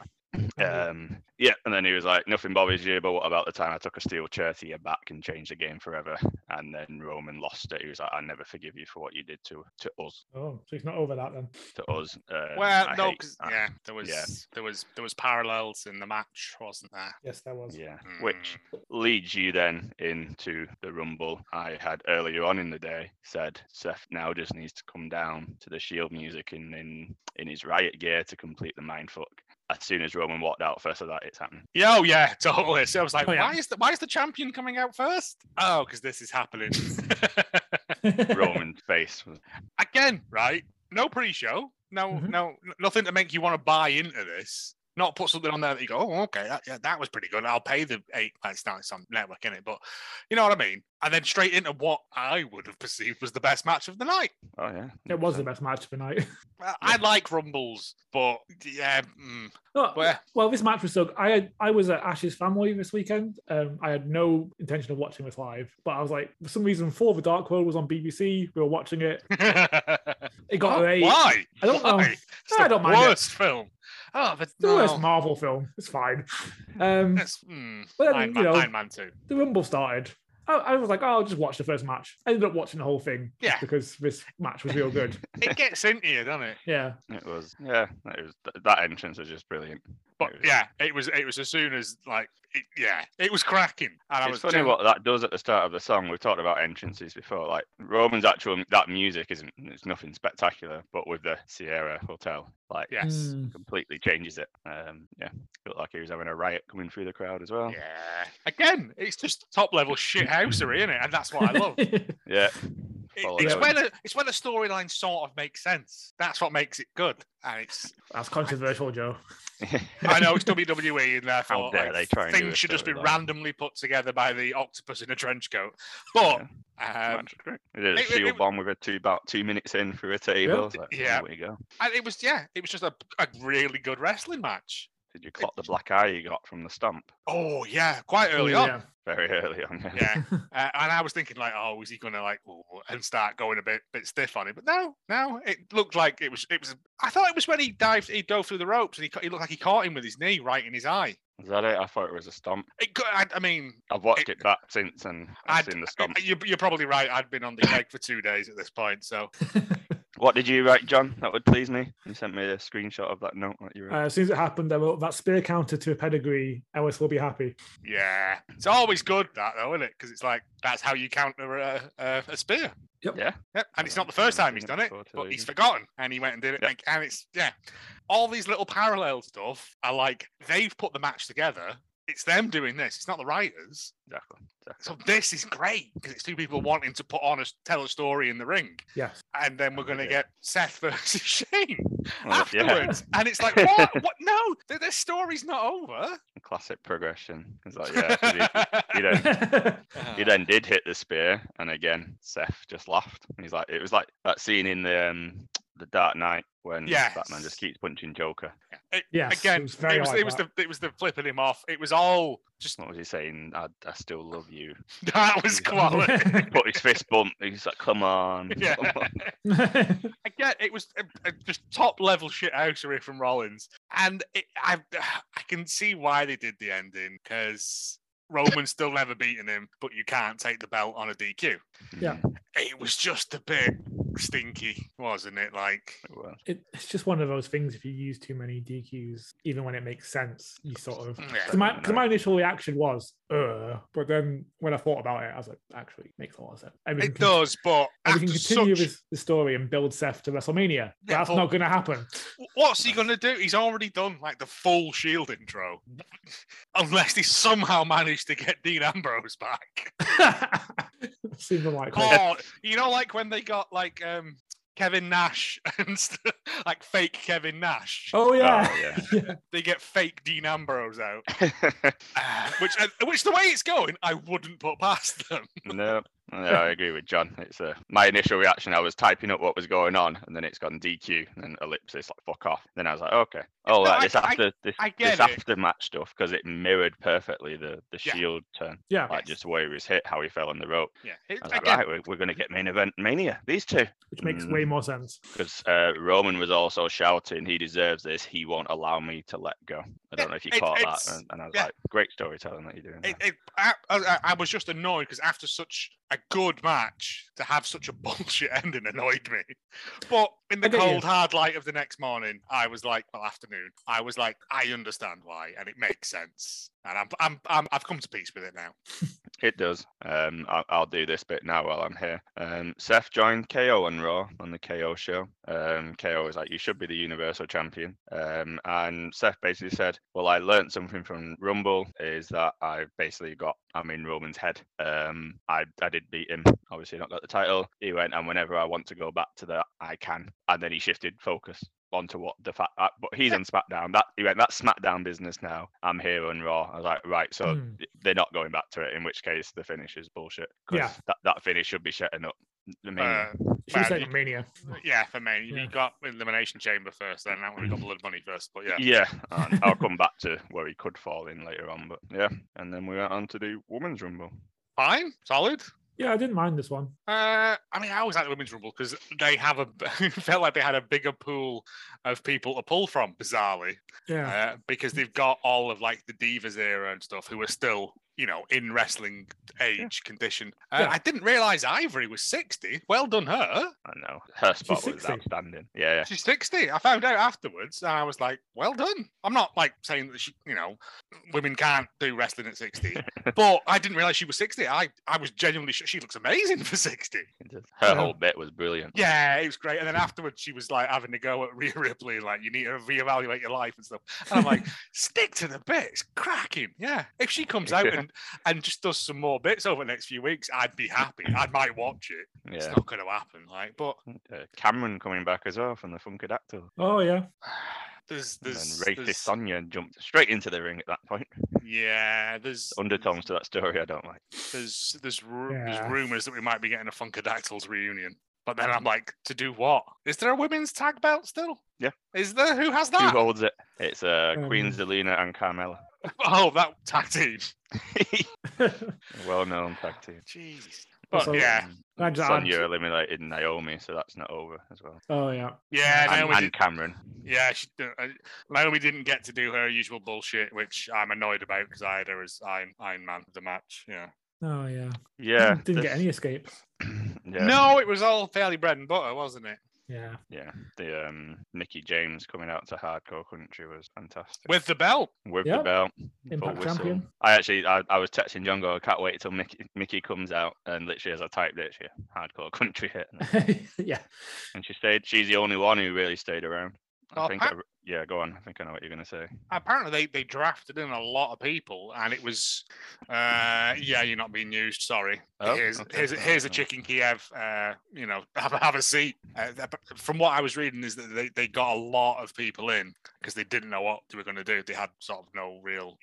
Um, yeah, and then he was like, "Nothing bothers you, but what about the time I took a steel chair to your back and changed the game forever?" And then Roman lost it. He was like, "I never forgive you for what you did to to us, Oh, so he's not over that then. to us." Uh, well, I no, hate 'cause- that." yeah, there was yeah. there was there was parallels in the match, wasn't there? Yes, there was. <laughs> Yeah, which Mm. leads you then into the rumble I had earlier on in the day. Said Seth now just needs to come down to the Shield music in in, in his riot gear to complete the mindfuck. As soon as Roman walked out first of that, it's <laughs> happened. Yeah, oh yeah, totally. So I was like, Oh, yeah. why is the why is the champion coming out first? Oh, because this is happening. <laughs> Roman's face was Again, right? No pre-show. No, Mhm. no, n- nothing to make you want to buy into this. Not put something on there that you go, oh, okay, that, yeah, that was pretty good. I'll pay the eight. It's not it's on network in it, but you know what I mean. And then straight into what I would have perceived was the best match of the night. Oh yeah, It was the best match of the night. <laughs> I, I like rumbles, but yeah, mm, No, Where? Oh, Well, this match was so. I had, I was at Ash's family this weekend. Um, I had no intention of watching this live, but I was like, for some reason, For the Dark World was on BBC. We were watching it. It <laughs> Oh, got late. why? I don't know. Why? It's I the don't mind it. worst film. Oh, but It's the no. worst Marvel film. It's fine. Um, That's, mm, Well, Iron, you Man, know. Iron Man 2. the Rumble started. I, I was like, oh, I'll just watch the first match. I ended up watching the whole thing just Yeah. because this match was <laughs> real good. It gets into you, doesn't it? Yeah. it was. Yeah, it was. th- That entrance was just brilliant. But It was- yeah, it was it was as soon as like it, yeah, it was cracking. And I it's was funny gen- what that does at the start of the song. We've talked about entrances before. Like Roman's actual that music isn't. It's nothing spectacular, but with the Sierra Hotel, like yes. Mm. completely changes it. Um, yeah, looked like he was having a riot coming through the crowd as Hmm. well. Yeah. Again, it's just top level shithousery, isn't it? And that's what I <laughs> love. It- Yeah, Um, Follow it's that. when a, it's when a storyline sort of makes sense. That's what makes it good. And it's That's controversial, Joe. I know it's WWE, and therefore dare like, they try and do things a should just be storyline. randomly put together by the octopus in a trench coat. But um, match was great. He did a it- it- shield it- bomb with a two about two minutes in through a table. I was like, Yeah. yeah, we go. and it was yeah, it was just a, a really good wrestling match. Did you clock the black eye you got from the stomp Oh yeah, quite early on. yeah. very early on? yeah. Uh, and I was thinking like, oh, is he going to like ooh, and start going a bit bit stiff on it? But no, no, it looked like it was it was. I thought it was when he dived, he dove through the ropes, and he, ca- he looked like he caught him with his knee right in his eye. Is that it? I thought it was a stomp. It, co- I, I mean, I've watched It- it, back since and I've I'd- seen the I- stomp. you, you're probably right. I'd been on the keg for two days at this point, so What did you write, John? That would please me. You sent me a screenshot of that note that you wrote. Uh, as soon as it happened, I wrote that spear counter to a pedigree. Ellis will be happy. yeah, it's always good that though, isn't it? Because it's like that's how you counter a, a, a spear. yeah. Yep, I and it's don't not think the I've first time seen he's it done it, before, to but be he's honest. forgotten, and he went and did it. Yep. like, and it's yeah, all these little parallel stuff are like they've put the match together. It's them doing this. It's not the writers. Exactly. exactly. So this is great because it's two people wanting to put on a tell a story in the ring, Yes. and then we're Oh, going to yeah. get Seth versus <laughs> Shane Well, yeah, afterwards, and it's <laughs> like what? what? No, th- this story's not over. classic progression. It's <laughs> like, yeah, 'cause he- he then Uh, he then did hit the spear, and again, Seth just laughed. And He's like, it was like that scene in the um, the Dark Knight when Batman Yes. just keeps punching Joker. It- <laughs> yes. again, it was very it was, like it was that. the it was the flipping him off. It was all just <laughs> What was he saying? I, I still love you. <laughs> that was <laughs> quality. Put his fist bump. He's like, come on. <laughs> Yeah. come on." <laughs> Again, it was uh, uh, just top level shithousery from Rollins, and it, I <sighs> I can see why they did the ending because Roman's still never beaten him, but you can't take the belt on a DQ. Yeah. Mm, It was just a bit stinky, wasn't it? Like it was. <laughs> It- it's just one of those things. If you use too many DQs, even when it makes sense, you sort of. yeah. So my, 'cause my initial reaction was, uh, but then when I thought about it, I was like, actually, makes a lot of sense. And we it can- does, but And we can after continue such, this, the story and build Seth to WrestleMania. Yeah, That's but- not going to happen. <laughs> <laughs> what's he gonna do? He's already done like the full Shield intro, <laughs> unless he somehow managed to get Dean Ambrose back. Seems unlikely. Oh, you know, like when they got like um Kevin Nash <laughs> and st- like fake Kevin Nash, Oh yeah. Oh, yeah. they get fake Dean <laughs> Ambrose out, no, uh, which uh, which the way it's going, I wouldn't put past them. no, I agree with John. It's uh, my initial reaction. I was typing up what was going on, and then it's gone DQ and then ellipsis, like fuck off. Then I was like, okay, oh, No, like I- this I- after this, I get this it. after match stuff because it mirrored perfectly the the Yeah. shield turn, Yeah. like just the way he was hit, how he fell on the rope. Yeah, it, I was like, again, right, we're, we're going to get main event mania. These two, Which makes way Mm. more sense. because uh, Roman was also shouting, "He deserves this. He won't allow me to let go." I don't know if you it- caught that, it's- and, and I was yeah. like, "Great storytelling that you're doing." there." It, it, I, I, I was just annoyed because after such a good match, to have such a <laughs> bullshit ending annoyed me. But in I the get you. cold, hard light of the next morning, I was like, well, afternoon, I was like, I understand why, and it makes sense, and I'm, I'm, I'm I've come to peace with it now. It does. Um, I'll, I'll do this bit now while I'm here. Um, Seth joined KO on Raw on the KO show. Um, KO was like, "You should be the Universal Champion." Um, and Seth basically said, "Well, I learned something from Rumble is that I basically got I'm in Roman's head. Um, I I did beat him. Obviously, not got the title. He went, and whenever I want to go back to that, I can. And then he shifted focus." onto what the fact, uh, but he's on SmackDown. That he went that's SmackDown business now. I'm here on Raw. I was like, right, so Hmm. they're not going back to it. In which case, the finish is bullshit. 'cause Yeah. that, that finish should be shutting up. I mean, Uh, Should we Bad. say Mania? yeah, for me, you Yeah. Mm. got Elimination Chamber first, then that one we got Blood Money first. But yeah, yeah, <laughs> and I'll come back to where he could fall in later on. But yeah, and then we went on to the women's rumble. fine, solid. Yeah, I didn't mind this one. Uh, I mean, I always like the women's rumble because they have a <laughs> felt like they had a bigger pool of people to pull from, bizarrely, Yeah. uh, because they've got all of like the divas era and stuff who are still, you know, in wrestling age condition. Uh, Yeah. I didn't realize Ivory was sixty. Well done, her. I know her spot was 60. outstanding. Yeah, yeah. She's 60. I found out afterwards and I was like, well done. I'm not like saying that she, you know, women can't do wrestling at <laughs> 60, but I didn't realize she was 60. I, I was genuinely sure she looks amazing for 60. It is. Her Yeah. whole bit was brilliant. Yeah, it was great. And then afterwards, she was like having a go at <laughs> Rhea Ripley, and, like, you need to reevaluate your life and stuff. And I'm like, stick to the bits, cracking. Yeah. If <laughs> she comes out and, and just does some more bits over the next few weeks, I'd be happy. I might watch it. It's Yeah. not going to happen. Like, but Uh, Cameron coming back as well from the Funkadactyl. Oh yeah. there's, And then there's, Racist there's Sonya jumped straight into the ring at that point. <laughs> yeah, there's Undertones to that story I don't like. there's there's ru- Yeah. there's rumors that we might be getting a Funkadactyls reunion. But then I'm like, to do what? Is there a women's tag belt still? Yeah. Is there? Who has Who that? holds it? It's uh, Queen Ah! Um, Zelina and Carmella. <laughs> Oh, that tag team. A well-known tag team. Jeez. But Also- yeah, Um, Can I just add- Sonya eliminated Naomi, so that's not over as well. oh yeah. yeah, And, Naomi. and did- Cameron. yeah, she, d- uh, Naomi didn't get to do her usual bullshit, which I'm annoyed about because I had her as Iron, Iron Man for the match. Yeah. Oh yeah. Yeah. <laughs> Didn't get this- any escapes. <clears throat> yeah. No, it was all fairly bread and butter, wasn't it? Yeah. <laughs> Yeah. The um, Mickey James coming out to Hardcore Country was fantastic. With the belt. with the Yep. belt. full Impact whistle. champion. I actually, I, I was texting John. Go, I can't wait till Mickey, Mickey comes out. And literally, as I typed it, she hardcore country hit, and- yeah. and she stayed. She's the only one who really stayed around. I Well, think. Oh, I- I, re- yeah, go on. I think I know what you're gonna say. apparently they, they drafted in a lot of people and it was uh yeah you're not being used sorry Oh, here's okay. here's, Oh, here's a oh. chicken kiev uh you know <laughs> have, a- have a seat uh, th- but from what i was reading is that they, they got a lot of people in because they didn't know what they were going to do they had sort of no <clears throat> real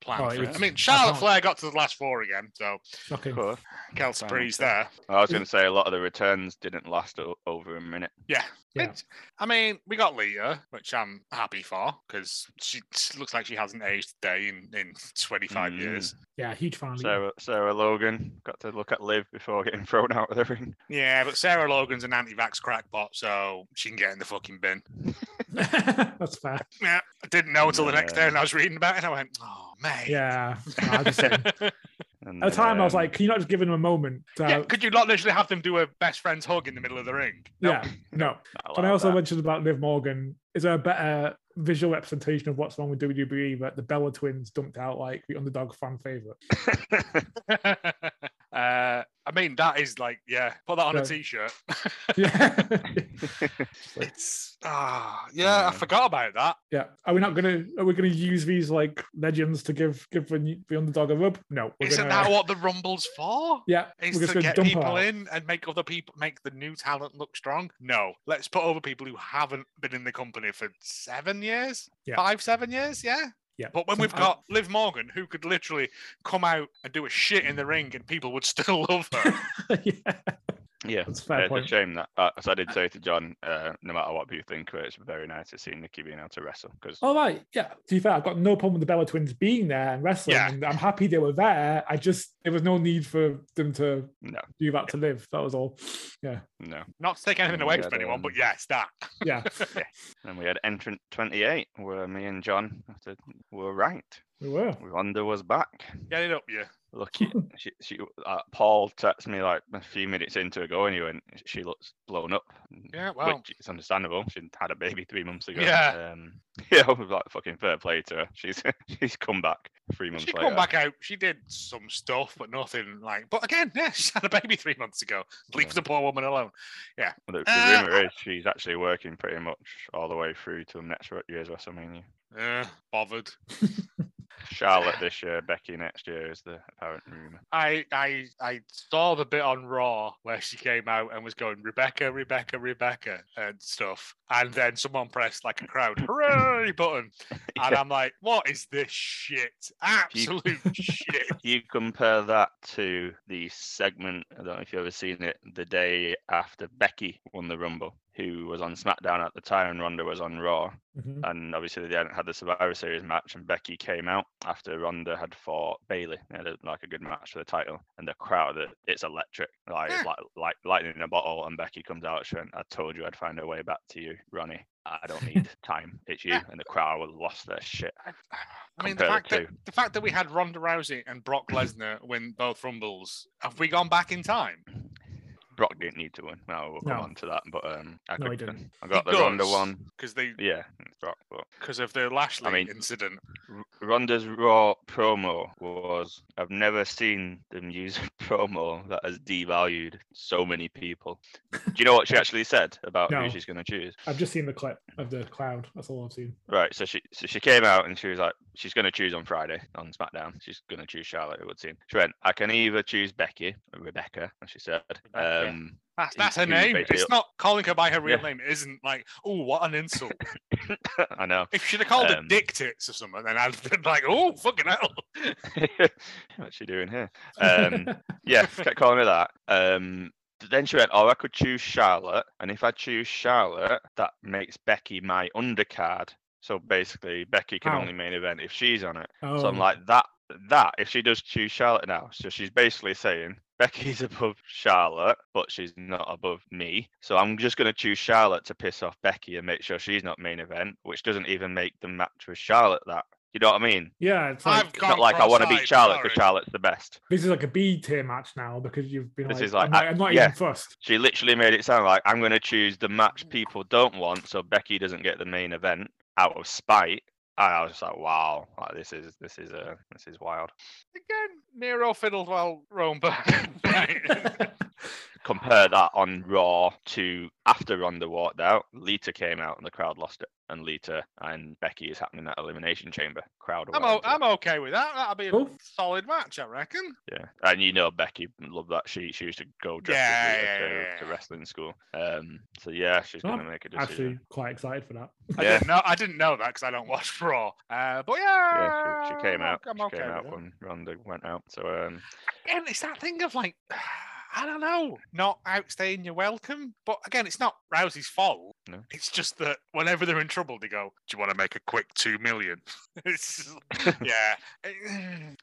plan Oh, it for it. i was- mean charlotte can't- flair got to the last four again so Shocking. Cool. kelsey Fine, breeze okay. there I was gonna say a lot of the returns didn't last o- over a minute. yeah, Yeah. It's- I mean, we got Lita, which I'm happy for because she, she looks like she hasn't aged a day in, in 25 Mm. years. Yeah. Huge fan. of you. Sarah, Sarah Logan got to look at Liv before getting thrown out of the ring. Yeah, but Sarah Logan's an anti-vax crackpot, so she can get in the fucking bin. uh, <laughs> That's fair. Yeah, I didn't know until the next day, Yeah. and I was reading about it, and I went, "Oh man." <laughs> Yeah. No, <laughs> I just saying. And At the time, I was um, like, "Can you not just give him a moment?" To yeah. Could you not literally have them do a best friends hug in the middle of the ring? yeah, no. I And I like also that. mentioned about Liv Morgan. Is there a better visual representation of what's wrong with WWE that the Bella twins dumped out like the underdog fan favorite? <laughs> <laughs> uh, <laughs> I mean, that is like, yeah, put that on Yeah. a t-shirt. yeah, it's ah, yeah, I Yeah. forgot about that. yeah. Are we not gonna? Are we gonna use these like legends to give give the, new- the underdog a rub? No, we're Isn't gonna- that what the rumble's for? Yeah, Is we're just to gonna get dump her people out. in and make other people make the new talent look strong. No, let's put over people who haven't been in the company for seven years, Yeah. five, seven years, yeah. Yeah, But when Some- we've I- got Liv Morgan, who could literally come out and do a shit in the ring, and people would <laughs> still love <laughs> her. <laughs> yeah, yeah, that's Yeah, a fair it's a point. shame that, uh, as I did say to John, uh, no matter what you think of it, it's very nice to see Nikki being able to wrestle because All right, yeah. To be fair, I've got no problem with the Bella Twins being there and wrestling. Yeah. And I'm happy they were there. I just there was no need for them to No. do that to live. That <laughs> was all. Yeah, no. Not to take anything Oh, away yeah, from anyone, um, but yes, that. yeah. And we had entrant 28, where me and John after, were right. We were. Ronda was back. Get it up, yeah. <laughs> Lucky. she, she, uh, Paul texted me like a few minutes into her going, he went, she looks blown up. Yeah, well. Which is understandable. She had a baby three months ago. Yeah. Um, <laughs> yeah, I was like, fucking fair play to her. She's, <laughs> she's come back three months She later. come back out. She did some stuff, but nothing like. But again, yeah, <laughs> she had a baby three months ago. Leave Yeah. the poor woman alone. The, the Uh, rumor is she's actually working pretty much all the way through to next year's WrestleMania. Uh, bothered. Charlotte this year, Becky next year is the apparent rumor. I, I I saw the bit on Raw where she came out and was going Rebecca, Rebecca, Rebecca and stuff, and then someone pressed like a crowd hooray <laughs> button, and I'm like, what is this shit? <laughs> Absolute shit. You compare that to the segment, I don't know if you've ever seen it, the day after Becky won the Rumble, who was on SmackDown at the time and Ronda was on Raw. Mhm. And obviously, they hadn't had the Survivor Series match, and Becky came out after Ronda had fought Bailey. They had a, like a good match for the title, and the crowd, it- it's electric, like it's Yeah. like, like lightning in a bottle. And Becky comes out, she went, "I told you I'd find a way back to you, Ronnie. I don't <laughs> need time. It's you." Yeah. And the crowd was lost their shit. I mean, Compare the the fact, that, the fact that we had Ronda Rousey and Brock Lesnar win both Rumbles, have we gone back in time? Brock didn't need to win. No, we'll come No. on to that. But um, I, No, he could- didn't. I got He the Ronda does. one. Because they, Yeah, it's Brock. But because of the Lashley I mean- incident. R- Ronda's Raw promo was I've never seen them use a <laughs> promo that has devalued so many people. Do you know what she actually said about No. who she's going to choose? I've just seen the clip of the cloud. That's all I've seen. Right. So she so she came out and she was like, she's going to choose on Friday on SmackDown. She's going to choose Charlotte. It would seem. She went, I can either choose Becky, or Rebecca, as she said. Rebecca. Um, <laughs> That's, He- that's her he name. basically- It's not calling her by her real Yeah. name. It isn't like, oh, what an insult. I know. <laughs> if she'd have called her Um, dick tits or something, then I'd have been like, oh, fucking hell. What's she doing here? <laughs> Um, yeah, kept calling her that. Um, th- then she went, "Oh, I could choose Charlotte, and if I choose Charlotte, that makes Becky my undercard. So basically, Becky can Wow. only main event if she's on it. oh, So I'm like that. That if she does choose Charlotte now, so she's basically saying Becky's <laughs> above Charlotte, but she's not above me. So I'm just going to choose Charlotte to piss off Becky and make sure she's not main event, which doesn't even make the match with Charlotte that. You know what I mean? yeah, it's <laughs> like I've It's gone not like I want to beat cross-eyed, Charlotte because sorry. Charlotte's the best. this is like a B tier match now because you've been This like, is like, I'm, I- not- I'm not yeah. <laughs> even fussed. She literally made it sound like I'm going to choose the Mm. match people don't want, so Becky doesn't get the main event out of spite. And I was just like, wow, like, this is this is uh, this is wild. Again, Nero fiddled while Rome burned. <laughs> Right. Compare that on Raw to after Ronda walked out, Lita came out and the crowd lost it, and Lita and Becky is happening at Elimination Chamber. Crowd, are <laughs> I'm, well o- into it. I'm okay with that. That'll be a Cool. solid match, I reckon. Yeah, and you know Becky loved that. She she used to go dressed Yeah, as Lita yeah, to, yeah, to yeah. wrestling school. Um, so yeah, she's Oh, gonna make a decision. Actually, quite excited for that. I Yeah. didn't know. I didn't know that because I don't watch Raw. Uh, but yeah, Yeah, she, she came I'm o- out. I'm she okay came with out that. when Ronda went out. So um, again, it's that thing of like, <sighs> I don't know, not outstaying your welcome. But again, it's not Rousey's fault. No. It's just that whenever they're in trouble, they go, "Do you want to make a quick two million? <laughs> it's <laughs> just- yeah. <sighs>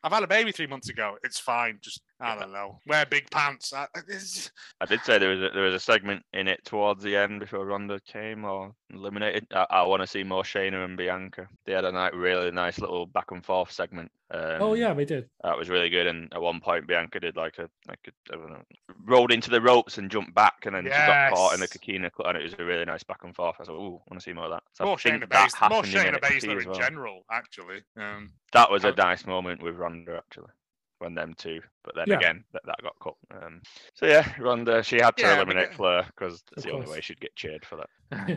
I've had a baby three months ago. It's fine. Just I don't know. Wear big pants. I, it's, I did say there was a, there was a segment in it towards the end before Ronda came or eliminated. I, I want to see more Shayna and Bianca. They had a night really nice little back and forth segment. Um, oh yeah, we did. that was really good. And at one point, Bianca did like a like a, I don't know, rolled into the ropes and jumped back, and then she got caught in the Yes. Kikina, cl- and it was a really nice back and forth. I was like, ooh, want to see more of that. So I more think Shayna that Baszler, more happened in Shayna NXT Baszler as in well. general, actually. Um, That was a Um, nice moment with Ronda actually, when them two. But then Yeah. again, that, that got cut. Um, so yeah, Ronda she had to Yeah, uh, eliminate beca- Flair because it's Of the only course. way she'd get cheered for that. Yeah,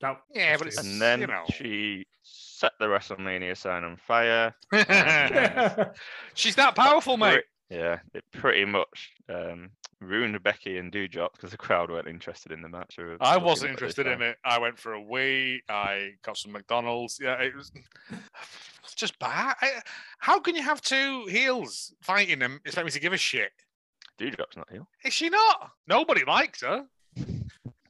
that. yeah, That's but it's And then you know. she <laughs> set the WrestLeMania sign on fire. <laughs> <laughs> She's that powerful, mate. Pre- yeah, it pretty much um, ruined Becky and Dewdrop because the crowd weren't interested in the match. They were I looking wasn't at this interested in time. it. I went for a wee. I got some McDonald's. Yeah, it was <sighs> it's just bad. I, how can you have two heels fighting and expect me to give a shit? Dewdrop's not heel. Is she not? Nobody likes her.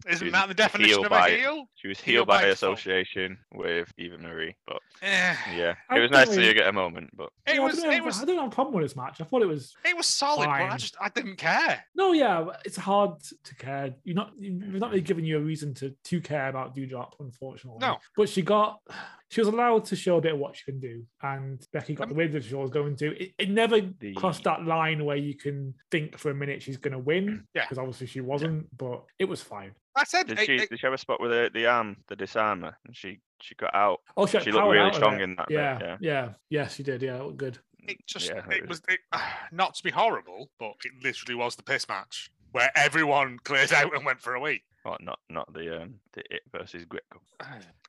Isn't She's that the definition heel of by- a heel? She was Heel heel by by default. association with Eva Marie, but Eh, yeah, I it was nice to think see her we- get a moment. But It Yeah, was. I don't, It have, was. I don't have a problem with this match. I thought it was It was solid, but I Fine. just I didn't care. no, yeah, but it's hard to care. You're not, we're not really giving you a reason to to care about Dewdrop, unfortunately. No. but she got, she was allowed to show a bit of what she can do, and Becky Um, got the win that she was going to. It, it never The- crossed that line where you can think for a minute she's going to win, Yeah. because obviously she wasn't. But it was fine. I said did it- she it- did she have a spot with the, the arm, the disarmer? And she she got out. Oh, she, got She looked powered out really of strong it. in that. Yeah, bit, yeah, yeah. yeah, she did. Yeah, it looked good. it just Yeah, it it was it, <sighs> not to be horrible, but it literally was the piss match where everyone cleared out and went for a wee. Well, not not the um, the it versus Grit <sighs> Cup.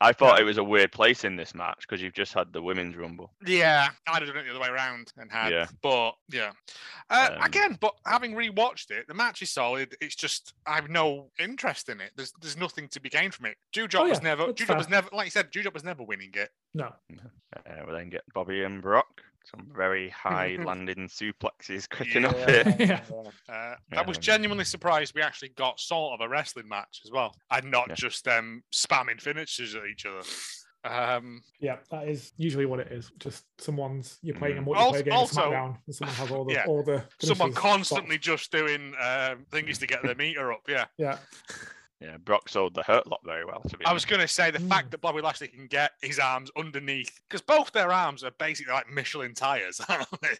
I thought it was a weird place in this match because you've just had the women's rumble. Yeah, I'd have done it the other way around and had. Yeah. But yeah, uh, Um, again, but having rewatched it, the match is solid. It's just I have no interest in it. There's there's nothing to be gained from it. Jujop Oh, was yeah, never. that's Jujop fair. was never. Like you said, Jujop was never winning it. No. Uh, we then get Bobby and Brock. Some very <laughs> high landing suplexes kicking <laughs> off Yeah. it. yeah. Uh, I was Um, genuinely surprised we actually got sort of a wrestling match as well, and not Yeah. just um, spamming finishes at each other. Um, Yeah, that is usually what it is. Just someone's you're playing a Mm. multiplayer Als- game also- of SmackDown, and someone has all the Yeah. all the someone finishes. constantly just doing um, thingies to get their meter up. Yeah, Yeah, Yeah, Brock sold the hurt lot very well. To be I was honest. going to say the Mm. fact that Bobby Lashley can get his arms underneath because both their arms are basically like Michelin tires. <laughs> aren't they?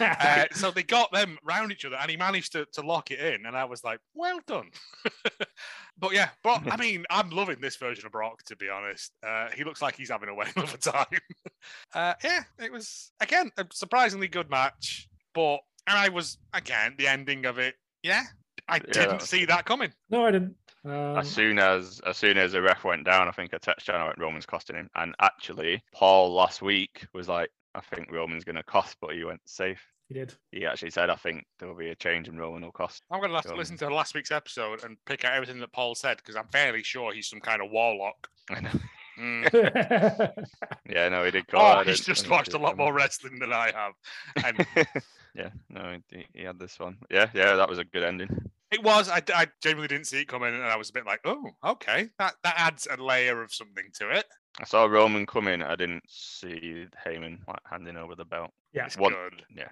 uh, so they got them round each other, and he managed to, to lock it in. And I was like, "Well done." <laughs> but yeah, Brock. <laughs> I mean, I'm loving this version of Brock. To be honest, uh, he looks like he's having a whale of a time. <laughs> uh, yeah, it was again a surprisingly good match, but and I was again the ending of it. Yeah, I that didn't was see that coming. <laughs> no, I didn't. Um, As soon as as soon as the ref went down, I think I touched on I went Roman's costing him. And actually, Paul last week was like, I think Roman's going to cost, but he went safe. <laughs> he did. <laughs> He actually said, I think there will be a change and Roman will <laughs> cost. I'm going to have to Um, listen to last week's episode and pick out everything that Paul said because I'm fairly sure he's some kind of warlock. I know. Mm. yeah, yeah, no, he did call. <laughs> Oh, out he's it, just and watched did a lot come in. more wrestling than I <laughs> have. And yeah, no, he, he had this one. Yeah, yeah, that was a good ending. it was, I, I genuinely didn't see it coming and I was a bit like, oh, okay. That, that adds a layer of something to it. I saw Roman come in. I didn't see Heyman like handing over the belt. It's One- good. Yeah,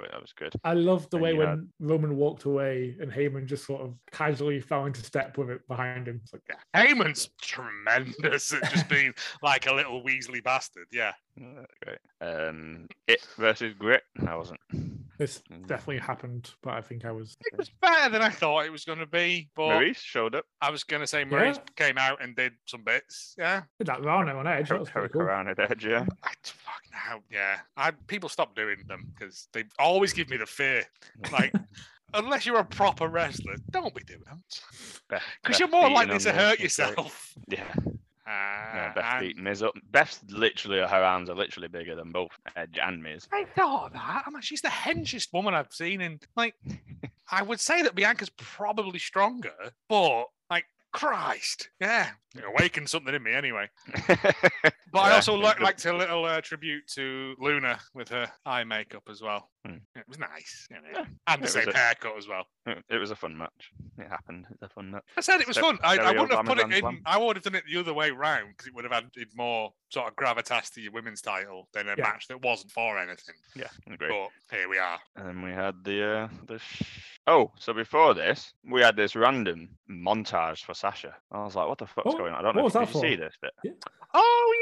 that was good. I love the And way you when had- Roman walked away and Heyman just sort of casually fell into step with it behind him. It's like, yeah, Heyman's tremendous at just being <laughs> like a little Weasley bastard. Yeah. Yeah, that's great. Um, it versus grit. I wasn't. this Mm. definitely happened, but I think I was. It was better than I thought it was going to be, but Maurice showed up. I was going to say Maurice came out and did some bits. Yeah. Did that Rana on edge? That was pretty cool. Hurricane Edge. Yeah. I d- fuck now, yeah. I people stop doing them because they always give me the fear. <laughs> Like, unless you're a proper wrestler, don't be doing them Beth- because you're Beth more beating likely on to the- hurt the throat. yourself. <laughs> <laughs> Yeah. Uh, yeah Beth and- beating Miz up. Beth's literally her arms are literally bigger than both Edge and Miz. <laughs> I thought that. I'm like, she's the henchest woman I've seen, and <laughs> like, I would say that Bianca's probably stronger, but like, Christ, yeah, it awakened something in me anyway. But I Yeah, also it like does. liked a little uh, tribute to Luna with her eye makeup as well. Hmm. It was nice, you know, Yeah, it and the was same a- haircut as well. It- it was a fun match. It happened. It's a fun match. I said it was Ster- fun. I, I stereo wouldn't have put it Ramadan in. slam. I would have done it the other way round because it would have added more sort of gravitas to your women's title than a Yeah. match that wasn't for anything. Yeah, agree. But here we are. And then we had the uh, the sh- oh, so before this, we had this random montage for Sasha. I was like, what the fuck's What- going on? I don't what know. was if- Did that you see for? this bit? Oh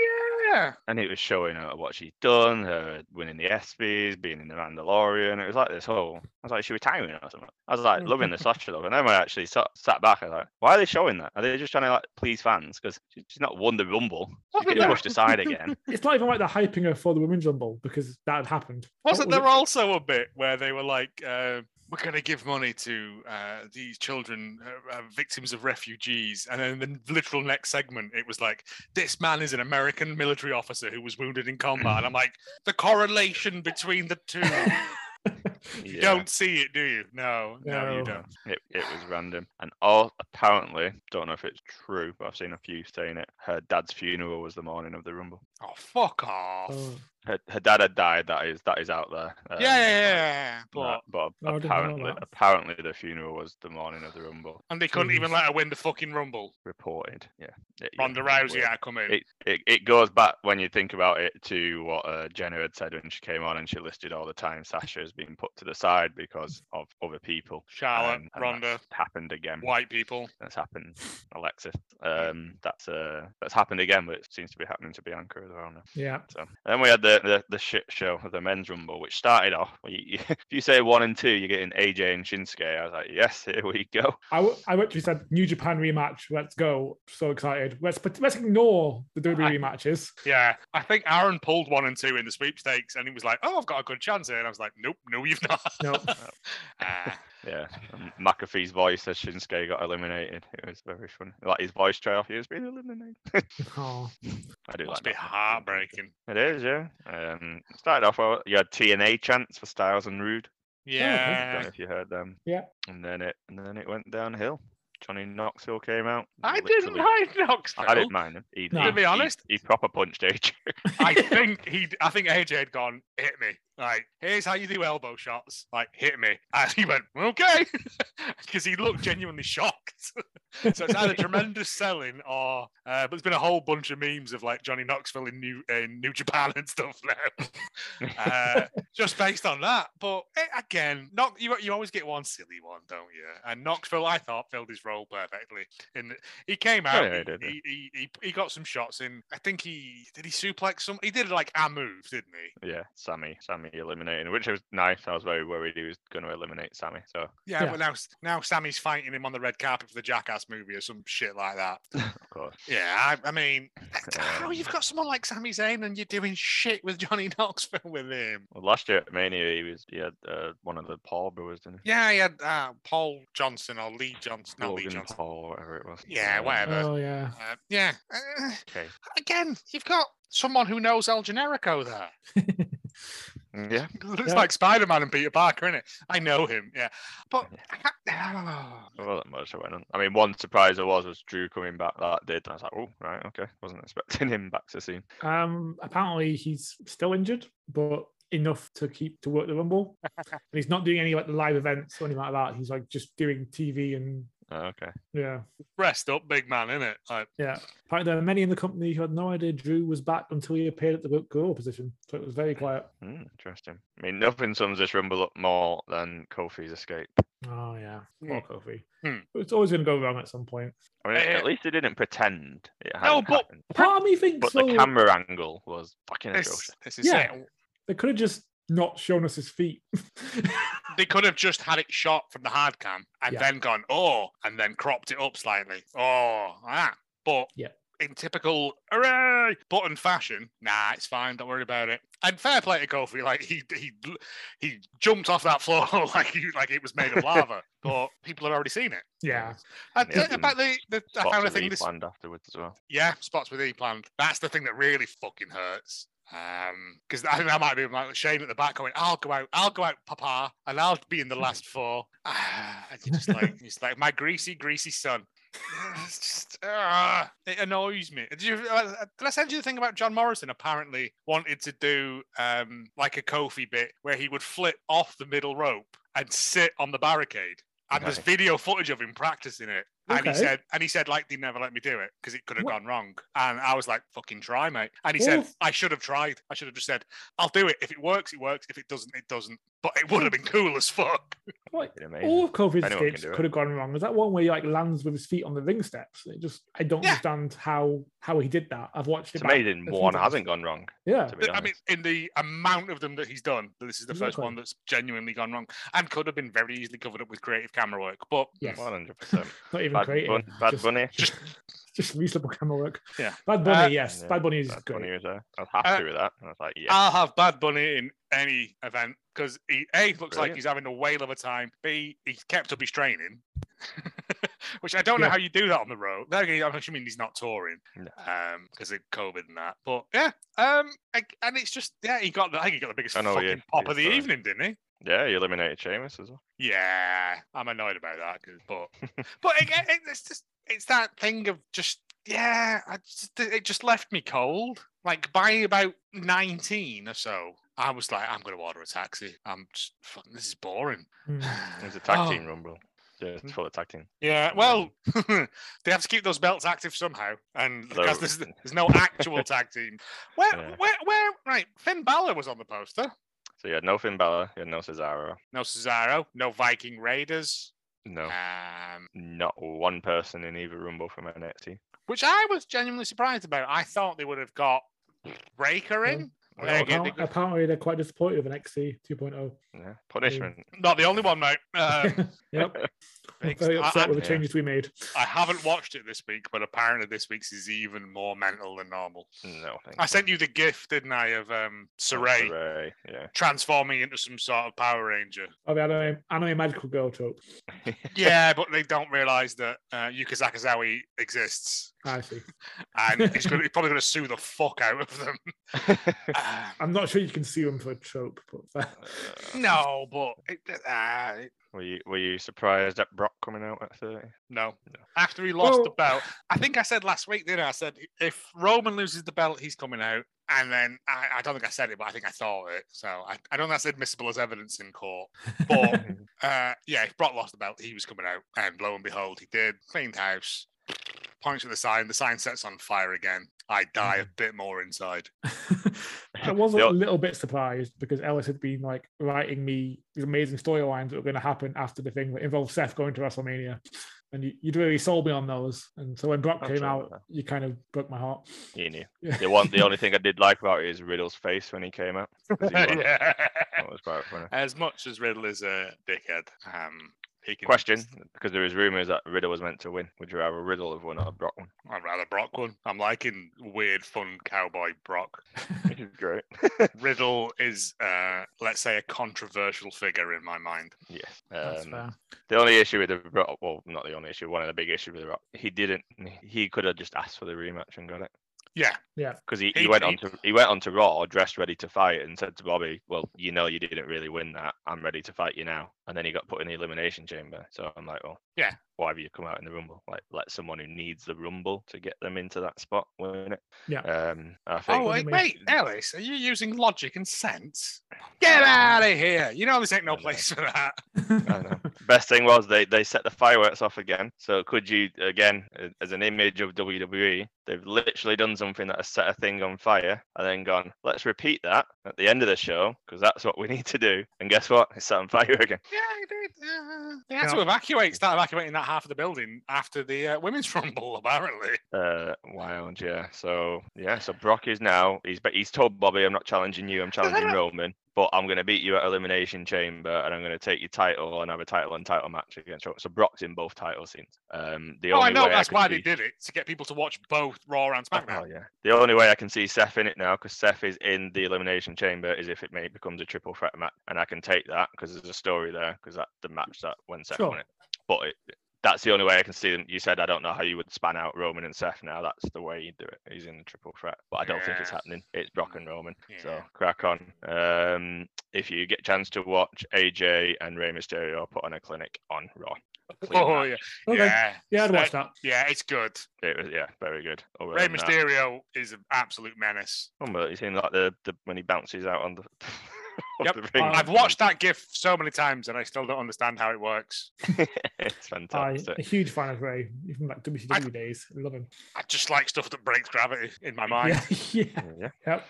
yeah. And it was showing her what she'd done, her winning the ESPYS, being in the Mandalorian. It was like this whole. I was like, she retiring or something. I was like, <laughs> loving the Sasha love. And then when I actually sat, sat back, I was like, why are they showing that? Are they just trying to like please fans? Because she's not won the Rumble. She's Wasn't getting there, pushed aside <laughs> again. It's not even like they're hyping her for the women's rumble because that had happened. What wasn't was there also a bit where they were like, uh, "We're going to give money to uh, these children, uh, uh, victims of refugees," and then the literal next segment, it was like, "This man is an American military officer who was wounded in combat," and I'm like, the correlation between the <laughs> two. You Yeah. don't see it, do you? No, no, you No. don't. It, it was random. And all apparently, don't know if it's true, but I've seen a few saying it. Her dad's funeral was the morning of the rumble. Oh, fuck off. <laughs> Oh, Her, her dad had died. That is that is out there. yeah, um, yeah, yeah, like, yeah, But, that, but No, I didn't know apparently, that. apparently the funeral was the morning of the rumble. and they couldn't even Jeez. let her win the fucking rumble. Reported. Yeah. It- yeah, Ronda Rousey weird. had to come in. It, it it goes back when you think about it to what uh, Jenna had said when she came on and she listed all the time Sasha has been put to the side because of other people. Charlotte, um, and Ronda, that's happened again. white people. that's happened, Alexis. Um, that's uh, that's happened again, but it seems to be happening to Bianca as well now. yeah. So and then we had the, the the shit show of the men's rumble, which started off. <laughs> well, You, you- if you say one and two, you're getting AJ and Shinsuke. I was like, yes, here we go. I, w- I literally said New Japan rematch. Let's go. So excited. Let's put- let's ignore the WWE matches. Yeah, I think Aaron pulled one and two in the sweepstakes, and he was like, "Oh, I've got a good chance here," and I was like, "Nope, no, you've not." No, <laughs> Ah, Yeah, and McAfee's voice as Shinsuke got eliminated. It was very funny. Like his voice trail, he was being eliminated. <laughs> Oh, I do Must like be that. heartbreaking. It is, yeah. Um, started off well. You had TNA chants for Styles and Rude. I don't Yeah. know if you heard them. Yeah. And then it and then it went downhill. Johnny Knoxville came out. I didn't literally- mind Knoxville. I didn't mind him. He, No. he- To be he- honest- he, proper punched AJ. I think he. I think AJ had gone. Hit me. Like here's how you do elbow shots. Like hit me. And he went okay, <laughs> because he looked genuinely shocked. <laughs> so <laughs> it's either tremendous selling or. Uh, but there's been a whole bunch of memes of like Johnny Knoxville in New in New Japan and stuff now, <laughs> uh, just based on that. But eh, again, not you. You always get one silly one, don't you? And Knoxville, I thought, filled his role perfectly. In the, he came out. Oh, yeah, he he, did, yeah. he, he, he, he got some shots in. I think he did. He suplex some. He did like a move, didn't <laughs> he? yeah, Sammy. Sammy eliminated, which was nice. I was very worried he was going to eliminate Sammy. So Yeah, Yeah. but now now Sammy's fighting him on the red carpet for the Jackass movie or some shit like that. of course, Yeah, I, I <laughs> mean, how you've got someone like Sami Zayn and you're doing shit with Johnny <laughs> Knoxville with him. well, last year at Mania, he was he had uh, one of the Paul brothers, didn't he? Yeah, he had uh, Paul Johnson or Lee Johnson, not Lee Logan Johnson. Paul, or whatever it was. Yeah, Um, whatever. oh yeah. Uh, yeah. Uh, Okay. again, you've got someone who knows El Generico there. <laughs> Yeah. Looks Yeah. like Spider Man and Peter Parker, innit? I know him, yeah. But There wasn't much. I went on. I mean, one surprise there was was Drew coming back. That did. I was like, oh, right, okay. Wasn't expecting <laughs> him back to see. Um, apparently he's still injured, but enough to keep to work <laughs> the rumble. and he's not doing any like live events or anything like that. He's like just doing TV and Oh, okay. yeah, <sighs> rest up, big man, innit? Like, yeah. Apparently there are many in the company who had no idea Drew was back until he appeared at the goal position. So it was very quiet. Hmm, interesting. I mean, nothing sums this rumble up more than Kofi's escape. Oh yeah, Hmm. poor Kofi. Hmm. It's always going to go wrong at some point. I mean, Eh, at least he didn't pretend. It No, hadn't but- happened. Part of me thinks but so. the camera angle was fucking this, atrocious. this is Yeah. it. They could have just not shown us his feet. <laughs> They could have just had it shot from the hard cam and Yeah. then gone, oh, and then cropped it up slightly. Oh, ah. But Yeah. in typical hooray button fashion, nah, it's fine. Don't worry about it. And fair play to Kofi, <laughs> like he he he jumped off that floor <laughs> like he, like it was made of <laughs> lava. but people had already seen it. yeah, I, Yeah, t- about the, the I Lots found a of thing this replanned afterwards as well. yeah, spots with E-planned. That's the thing that really fucking hurts. Um, because I think that might be like Shane at the back going, "I'll go out, I'll go out, Papa, and I'll be in the last four. <laughs> Ah, and you're just like it's like my greasy, greasy son. <laughs> It's just ah, it annoys me. Did you? Uh, uh, did I send you the thing about John Morrison? Apparently, wanted to do um like a Kofi bit where he would flip off the middle rope and sit on the barricade. And there's Right. video footage of him practicing it. And he Okay. said, and he said, like they never let me do it because it could have What? gone wrong. And I was like, fucking try, mate. And he said, Well- I should have tried. I should have just said, I'll do it. If it works, it works. If it doesn't, it doesn't. But it would have <laughs> been cool as fuck. like Fucking amazing. all of Kofi's Anyone can escapes do it. could have gone wrong. Is that one where he like lands with his feet on the ring steps? It just I don't Yeah. understand how how he did that. I've watched it. It's back amazing. a few One times. hasn't gone wrong. Yeah, To be I mean, honest. in the amount of them that he's done, this is the first Exactly. one that's genuinely gone wrong and could have been very easily covered up with creative camera work. But yes, one <laughs> hundred percent. not even Bad, creative. bun- <laughs> bad <laughs> just, bunny. just just reasonable camera work. Yeah. Bad Bunny, Uh, yes, Yeah, Bad Bunny is Bad good. bunny was there. I was happy with that. I was like, yeah. I'll have Bad Bunny in any event because he a looks like Brilliant. he's having a whale of a time. B he's kept up his training, <laughs> which I don't know Yeah. how you do that on the road. There you go, I'm assuming he's not touring No. because of COVID and that. But yeah, um, I, and it's just yeah, he got the I think he got the biggest I know, fucking yeah, pop he's of the touring. evening, didn't he? yeah, you eliminated Sheamus as well. Yeah, I'm annoyed about that. 'cause- But <laughs> but it, it, it's just it's that thing of just yeah, I just, it just left me cold. Like by about 19 or so, I was like, I'm gonna order a taxi. I'm just fucking, this <sighs> is boring. <laughs> Mm. It was a tag Oh. Hmm. team rumble. Just full of tag team. Yeah, well, <laughs> they have to keep those belts active somehow, and because there's, Loads. there's no <laughs> actual tag team. Where, Yeah. where, where? Right, Finn Balor was on the poster. So you had no Finn Balor, you had no Cesaro, No Cesaro, no Viking Raiders. no, Um, not one person in either rumble from NXT. which I was genuinely surprised about. I thought they would have got Breaker in. Mm. Well, There you go. Apparently, apparently they're quite disappointed with an XC 2.0. Yeah, punishment. Not the only one, mate. Um, <laughs> yep. big- Very upset I- with the yeah. changes we made. I haven't watched it this week, but apparently this week's is even more mental than normal. No, thank I sent you the gif, didn't I, of um, Saray Hooray, Yeah. transforming into some sort of Power <laughs> Ranger. Oh, the anime, anime magical girl trope. yeah, but they don't realise that uh, Yuka Sakazawa exists, I see. and he's, <laughs> gonna, he's probably going to sue the fuck out of <laughs> them. Um, I'm not sure you can sue him for a trope, but <laughs> Mm. Uh, no, but it, uh, it- were you were you surprised at Brock coming out at thirty? no. After he lost the Well- belt, I think I said last week, didn't I? I said if Roman loses the belt, he's coming out. And then I, I don't think I said it, but I think I thought it. So I, I don't think that's admissible as evidence in court. But <laughs> Uh, yeah, if Brock lost the belt, he was coming out, and lo and behold, he did. Cleaned house, points at the sign. The sign sets on fire again. I die a bit more inside. <laughs> I was The a o- little bit surprised because Ellis had been like writing me these amazing storylines that were going to happen after the thing that involved Seth going to WrestleMania. And you, you'd really sold me on those. And so when Brock That's came all out, right. you kind of broke my heart. You knew. Yeah. The one, <laughs> the only thing I did like about it is Riddle's face when he came out. 'cause <laughs> he was- <laughs> Yeah. That was quite funny. As much as Riddle is a dickhead, um, he can. Question, because there is rumours that Riddle was meant to win. Would you rather Riddle have won or Brock won? I'd rather Brock one. I'm liking weird, fun cowboy Brock. Which is great. <laughs> Riddle is, uh, let's say, a controversial figure in my mind. Yes. That's Um, fair. the only issue with the Brock, well, not the only issue, one of the big issues with the Brock, he didn't. He could have just asked for the rematch and got it. Yeah, because he, He- he went he- on to he went on to Raw dressed ready to fight and said to Bobby, "Well, you know you didn't really win that. I'm ready to fight you now." And then he got put in the elimination chamber. So I'm like, "Well, Yeah. why have you come out in the Rumble? Like, let someone who needs the Rumble to get them into that spot win it." Yeah. Um, I think Oh, What do wait, you wait, Ellis, are you using logic and sense? Get out of here. You know, this ain't Uh, I no know. place for that. I know. best thing was they they set the fireworks off again. So could you again a- as an image of WWE, they've literally done something that has set a thing on fire and then gone, let's repeat that at the end of the show because that's what we <laughs> need to do. And guess what? It's set on fire again. Yeah, they, uh, they had Yeah. to evacuate, start evacuating that half of the building after the uh, women's <laughs> rumble, apparently. Uh, wild, yeah. So yeah, so Brock is now he's but he's told Bobby, I'm not challenging <laughs> you, I'm challenging Roman, but I'm gonna beat you at Elimination Chamber and I'm gonna take your title and have a title and title match against Roman. So Brock's in both title scenes. Um, the Oh, only I know way that's could why see... they did it to get people to watch both Raw and SmackDown. Oh yeah. The only way I can see Seth in it now, because Seth is in the elimination chamber, is if it may becomes a triple threat match, and I can take that because there's a story there, because that the match that when Seth Sure. won it. But it, that's the only way I can see them. You said I don't know how you would span out Roman and Seth now. That's the way you do it. He's in the triple threat, but I don't think it's Yeah. happening. It's Brock and Roman. So Yeah. crack on. Um, if you get a chance to watch AJ and Rey Mysterio put on a clinic on Raw. Clean <laughs> Oh, match. yeah. Okay. <laughs> Yeah, Yeah. I'd Uh, watch that. yeah, it's good. It was yeah, very good. Other Rey than that- Mysterio is an absolute menace. Unbelievable. You seen like the, the when he bounces out on the. <laughs> on Yep. the ring. Um, I've watched that GIF so many times and I still don't understand how it works. <laughs> it's I'm fantastic. a <laughs> huge fan of Ray, even like WCW days. I love him. I just like stuff that breaks gravity in my mind. Yeah, <laughs> yeah. Yeah. Yep.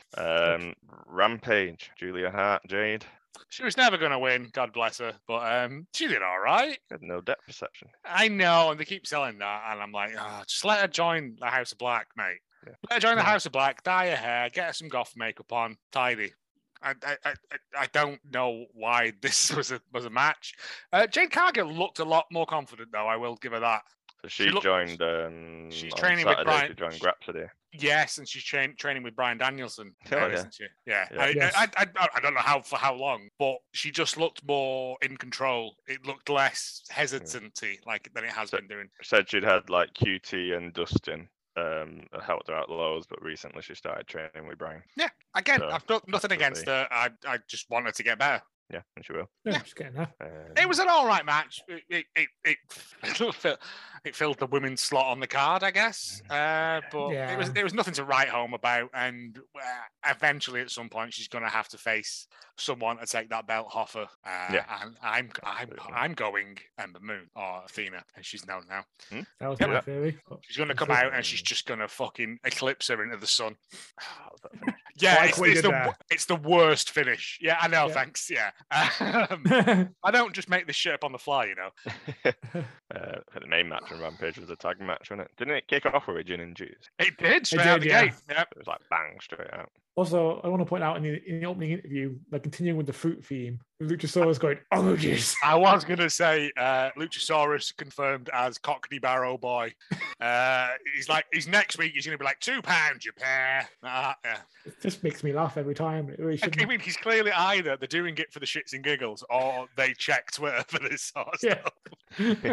Um, Rampage. Julia Hart, Jade. She was never going to win, God bless her. But um, she did all right. Had no depth perception. I know, and they keep selling that, and I'm like, oh, just let her join the House of Black, mate. Yeah. Let her join the Yeah. House of Black, dye her hair, get her some goth makeup on, tidy. I, I, I, I- I don't know why <laughs> this was a was a match. Uh, Jane Cargill looked a lot more confident, though. I will give her that. So She she, looked- joined. Um, she's on training with Saturday, She Brian- joined Grapsody. Yes, and she's train, training with Brian Danielson, Oh, now, yeah. isn't she? Yeah. Yeah. I, Yes. I, I, I, I don't know how for how long, but she just looked more in control. It looked less hesitancy, like than it has So- been doing. Said she'd had like QT and Dustin. Um, that helped her out loads, but recently she started training with Brian. Again, So, I've got nothing against her. I, I just want her to get better. Yeah, and she will. Um, Yeah, Yeah. just getting that. It was an all right match. It it it, it, <laughs> filled, it filled the women's slot on the card, I guess. Uh, but it was Yeah. it was nothing to write home about. And uh, eventually, at some point, she's going to have to face someone to take that belt off her. Uh, Yeah. And I'm I'm Absolutely. I'm going Ember Moon or Athena, and she's known now. That was Yep. my theory. but- She's going to come out and she's just going to fucking eclipse her into the sun. Um, Yeah, Like it's, what you it's did the there. wo- it's the worst finish. Yeah, I know. Yeah. Thanks. Yeah. <laughs> Um, <laughs> I don't just make this shit up on the fly, you know. uh, the main match on Rampage was a tag match, wasn't it? Didn't it kick off with Jin and Juice? It did straight did, out the yeah. gate. Yep. It was like bang straight out. Also, I want to point out in the, in the opening interview, like continuing with the fruit theme, Luchasaurus going, oh, jeez. I was going to say uh, Luchasaurus confirmed as Cockney Barrow <laughs> Boy. Uh, he's like, he's next week, he's going to be like, two pounds, you pair. Uh, yeah. It just makes me laugh every time. It really I shouldn't. mean, he's clearly either they're doing it for the shits and giggles or they check Twitter <laughs> for this sort of Yeah. stuff.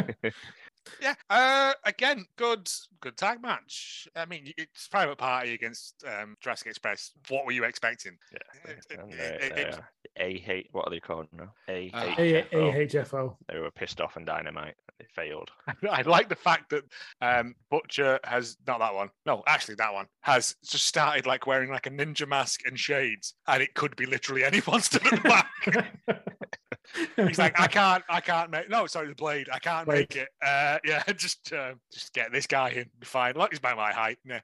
Yeah. Uh, again, good, good tag match. I mean, it's Private Party against um, Jurassic Express. What were you expecting? <laughs> Yeah. It- it- And it- they- they it- are AH what are they called now? A Uh, <laughs> A- H. AHFO. They were pissed off and dynamite. They failed. <laughs> I like the fact that um, Butcher has not that one. No, actually, that one has just started like wearing like a ninja mask and shades, and it could be literally <laughs> anyone stood at the back. He's like, <laughs> I can't, I can't make. No, sorry, the blade. I can't make it. Uh, <laughs> yeah, just, uh, just get this guy in. Be fine. Look, he's about my height. Yeah.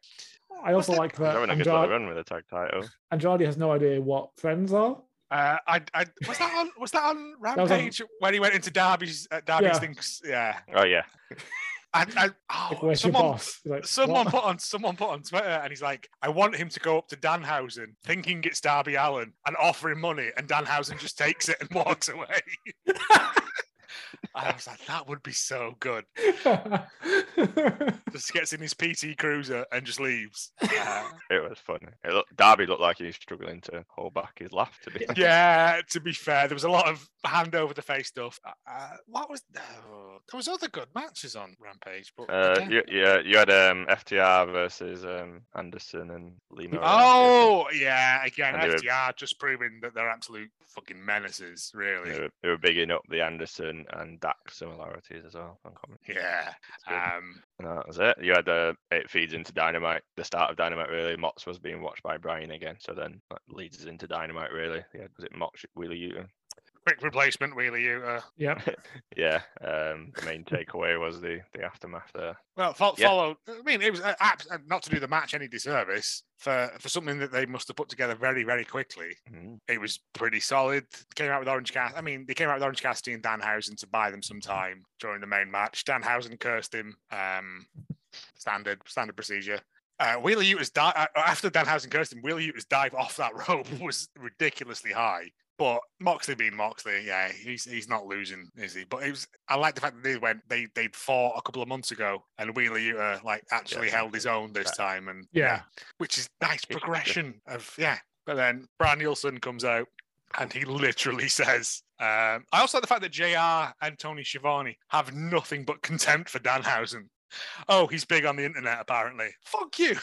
I also like They're that having a good little Andrade, run with the tag title. Andrade has no idea what friends are. Uh, I, I was that on was that on was on- Rampage when he went into Darby's uh, Darby's Yeah. things. Yeah. Oh yeah. I, I, Like, oh, where's your someone, boss? He's like, someone "What?" put on someone put on Twitter, and he's like, I want him to go up to Danhausen, thinking it's Darby Allen, and offer him money, and Danhausen just takes it and walks away. I was like, that would be so good. Just gets in his PT Cruiser and just leaves. Uh, It was funny. It looked, Darby looked like he was struggling to hold back his laugh. To <laughs> be <laughs> yeah, to be fair, there was a lot of hand over the face stuff. Uh, what was oh, there was other good matches on Rampage, but Uh, again- you, yeah, you had um, FTR versus um, Anderson and Lee Moriarty. Oh yeah, again, And they were- FTR just proving that they're absolute fucking menaces, really. They were, they were bigging up the Anderson and Dak similarities as well. on commentary. Yeah. It's good. Um, And that was it. You had uh, it feeds into Dynamite. The start of Dynamite really. Mox was being watched by Brian again, so then that leads us into Dynamite really. Yeah, was it Mox Wheeler Uter? quick replacement, Wheeler Uter. <laughs> yep. Yeah. Um, the main takeaway was the the aftermath there. Well, fo- Yeah. follow. I mean, it was uh, abs- uh, not to do the match any disservice for for something that they must have put together very, very quickly. Mhm. It was pretty solid. Came out with Orange Cassidy. I mean, they came out with Orange Cassidy and Danhausen to buy them some time during the main match. Danhausen cursed him. Um, standard standard procedure. Uh, Wheeler Uter's di- uh, after Danhausen cursed him. Wheeler Uter's dive off that <laughs> rope was ridiculously high. But Moxley being Moxley, yeah, he's he's not losing, is he? But it was I like the fact that they went they they'd fought a couple of months ago and Wheeler Uter like actually Yeah. held his own this Right. time and Yeah. which is nice Yeah. progression of yeah. But then Branielson comes out and he literally says, um, I also like the fact that JR and Tony Schiavone have nothing but contempt for Danhausen. Oh, he's big on the internet, apparently. Fuck you.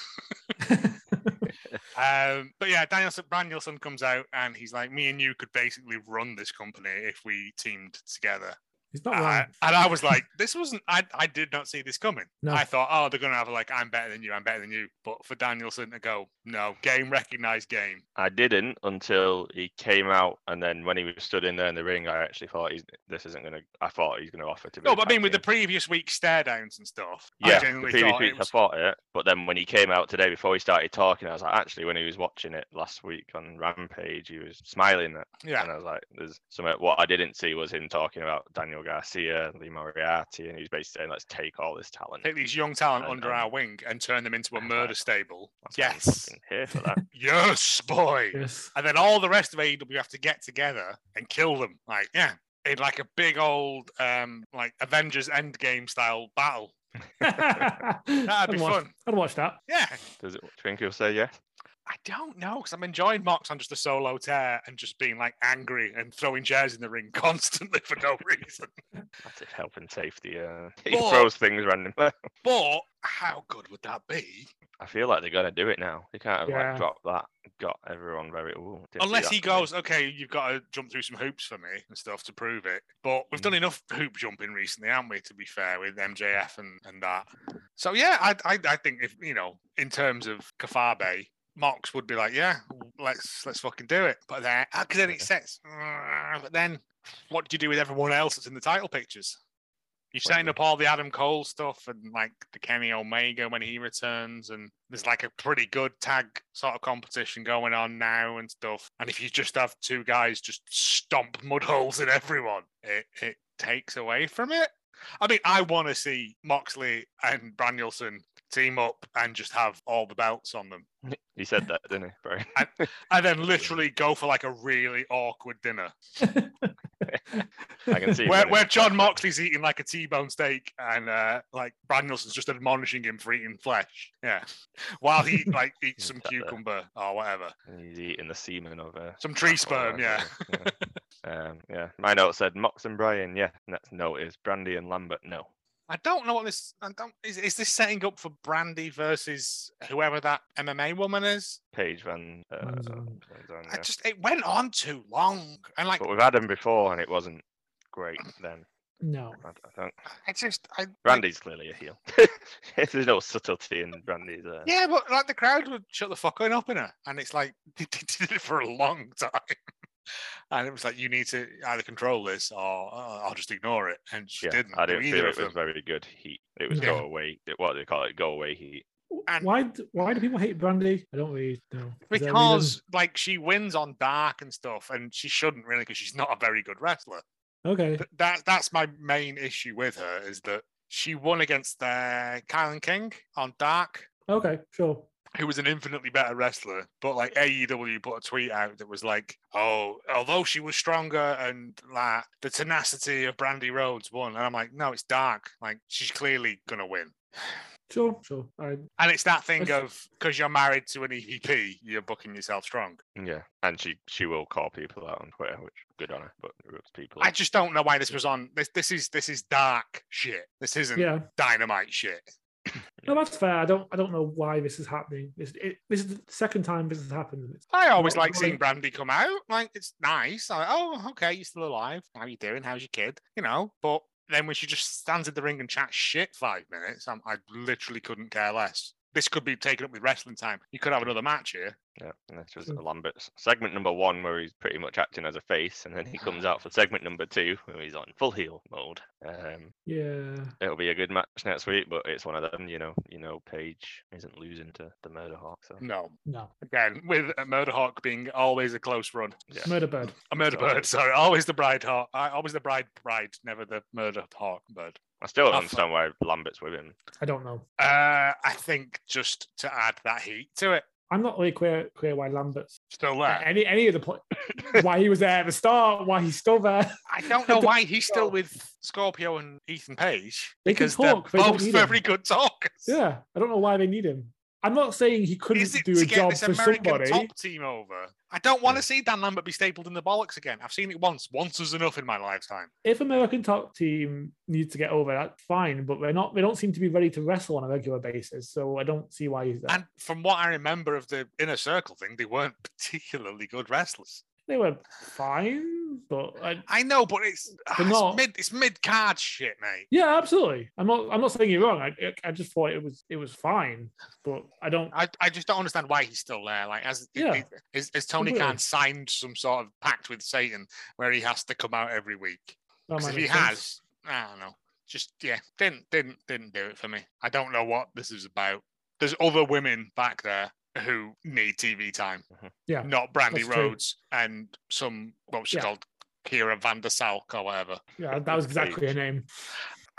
Um, but yeah, Danielson Branielson comes out and he's like, Me and you could basically run this company if we teamed together. He's not And I- wrong. Uh, and I was like, This wasn't I, I did not see this coming. No. I thought, oh, they're gonna have like, I'm better than you, I'm better than you. But for Danielson to go, no, game recognized game. I didn't until he came out, and then when he was stood in there in the ring, I actually thought he's this isn't gonna. I thought he's gonna offer to. be No, the but I tag mean with the team. previous week's stare downs and stuff. Yeah, I the genuinely previous thought weeks it was, I thought it, but then when he came out today before he started talking, I was like, actually, when he was watching it last week on Rampage, he was smiling at, yeah. and I was like, there's some. What I didn't see was him talking about Daniel Garcia, Lee Moriarty, and he was basically saying, let's take all this talent. Take these young talent And- under and- our wing and turn them into a and murder like- stable. That's why I'm Yes. fucking here for <laughs> that. Yes, boy. <laughs> <laughs> Yes. And then all the rest of AEW have to get together and kill them. Like, yeah. In like a big old um like Avengers Endgame style battle. That'd be watch, fun. I'd watch that. Yeah. Does it, do you think he'll say yes? I don't know because I'm enjoying Mox on just a solo tear and just being like angry and throwing chairs in the ring <laughs> constantly for no reason. That's his health and safety. Uh, <laughs> he But- throws things randomly. But how good would that be? I feel like they're gonna do it now. They can't have Yeah. like dropped that. Got everyone very. Ooh, didn't do Unless that he for me." goes, okay, you've got to jump through some hoops for me and stuff to prove it. But we've done enough hoop jumping recently, haven't we? To be fair, with MJF and, and that. So yeah, I, I I think if you know, in terms of Kafabe, Mox would be like, yeah, let's let's fucking do it. But then, because then it Yeah. sets. But then, what do you do with everyone else that's in the title pictures? You're Well, setting the- up all the Adam Cole stuff and like the Kenny Omega when he returns, and there's like a pretty good tag sort of competition going on now and stuff. And if you just have two guys just stomp mud holes in everyone, it, it takes away from it. I mean, I want to see Moxley and Branielson team up and just have all the belts on them, He said that, didn't he? <laughs> Brian? and then literally go for like a really awkward dinner I can see. where, what he- where John Moxley's eating like a T-bone steak and uh, like Brad Nelson's just admonishing him for eating flesh. Yeah, while he like eats some Sat there. cucumber or whatever, He's eating the semen of a some tree sperm. Apple, Yeah, yeah. um, yeah. My note said Mox and Brian. Yeah, that's no. It is Brandy and Lambert. No. I don't know what this. I don't, is, is this setting up for Brandy versus whoever that MMA woman is? Page Van. Uh, Van's on. Van's on, I yeah. just it went on too long, and like But we've had him before, and it wasn't great then. <laughs> No. I, I think I just I Brandy's clearly a <laughs> heel. There's no subtlety in Brandy's. Uh, yeah, but like the crowd would shut the fuck up in her, and it's like <laughs> they did it for a long time. And it was like you need to either control this or uh, I'll just ignore it. And she yeah, didn't I do didn't either feel of it them. was very good heat. It was Yeah. go away. What do they call it? Go away heat. And- why d- why do people hate Brandy? I don't really know. Is there a because like she wins on dark and stuff, and she shouldn't really because she's not a very good wrestler. reason? okay. Th- That that's my main issue with her is that she won against uh, Kylan King on dark, Okay, sure. who was an infinitely better wrestler. But like AEW put a tweet out that was like, "Oh, although she was stronger and like the tenacity of Brandy Rhodes won," and I'm like, "No, it's dark. Like she's clearly gonna win." Sure, sure. I And it's that thing That's- of because you're married to an EVP, you're booking yourself strong. Yeah, and she she will call people out on Twitter, which good on her, but it rubs people. I up. just don't know why this was on. This this is this is dark shit. This isn't yeah. dynamite shit. No, that's fair. I don't I don't know why this is happening. This it, this is the second time this has happened. It's- I always Not like seeing really. Brandy come out. Like it's nice. I, oh, okay, you're still alive. How you doing? How's your kid? You know. But then when she just stands in the ring and chats shit five minutes, I'm, I literally couldn't care less. This could be taken up with wrestling time. You could have another match here. Yeah, and this was True. Lambert's segment number one, where he's pretty much acting as a face, and then he comes out for segment number two, where he's on full heel mode. Um, Yeah. it'll be a good match next week, but it's one of them, you know. You know, Paige isn't losing to the Murder Hawk, so No. No. Again, with a Murderhawk being always a close run. yeah. Murder bird. A murder Sorry. bird, sorry. Always the bride hawk. I- Always the bride bride, never the murder hawk bird. I still don't I'll understand why Lambert's with <laughs> him. <laughs> I don't know. Uh, I think just to add that heat to it. I'm not really clear clear why Lambert's Still there. any any of <laughs> the point why he was there at the start, why he's still there. I <laughs> don't know why he's still with Scorpio and Ethan Page They can because they're talk, but they don't both need very him. good talkers. Yeah. I don't know why they need him. I'm not saying he couldn't Is it do to a get job this for American somebody. top team over? I don't want Yeah. to see Dan Lambert be stapled in the bollocks again. I've seen it once. Once is enough in my lifetime. If American top team needs to get over, that's fine, but they're not they don't seem to be ready to wrestle on a regular basis, so I don't see why he's there. And from what I remember of the inner circle thing, they weren't particularly good wrestlers. they were fine, but I, I know, but it's, ah, They're it's not- mid it's mid card shit, mate. Yeah, absolutely. I'm not. I'm not saying you're wrong. I, I- I just thought it was it was fine, but I don't. I, I just don't understand why he's still there. Like, as Yeah. is, is, Tony Completely. Khan signed some sort of pact with Satan where he has to come out every week? that Because might if he make sense. has, I don't know. Just yeah, didn't didn't didn't do it for me. I don't know what this is about. There's other women back there who need TV time. Mhm. Yeah, Not Brandy that's true. Rhodes and some what was she Yeah. called? Kira Van der Salk or whatever. yeah, that was exactly her name.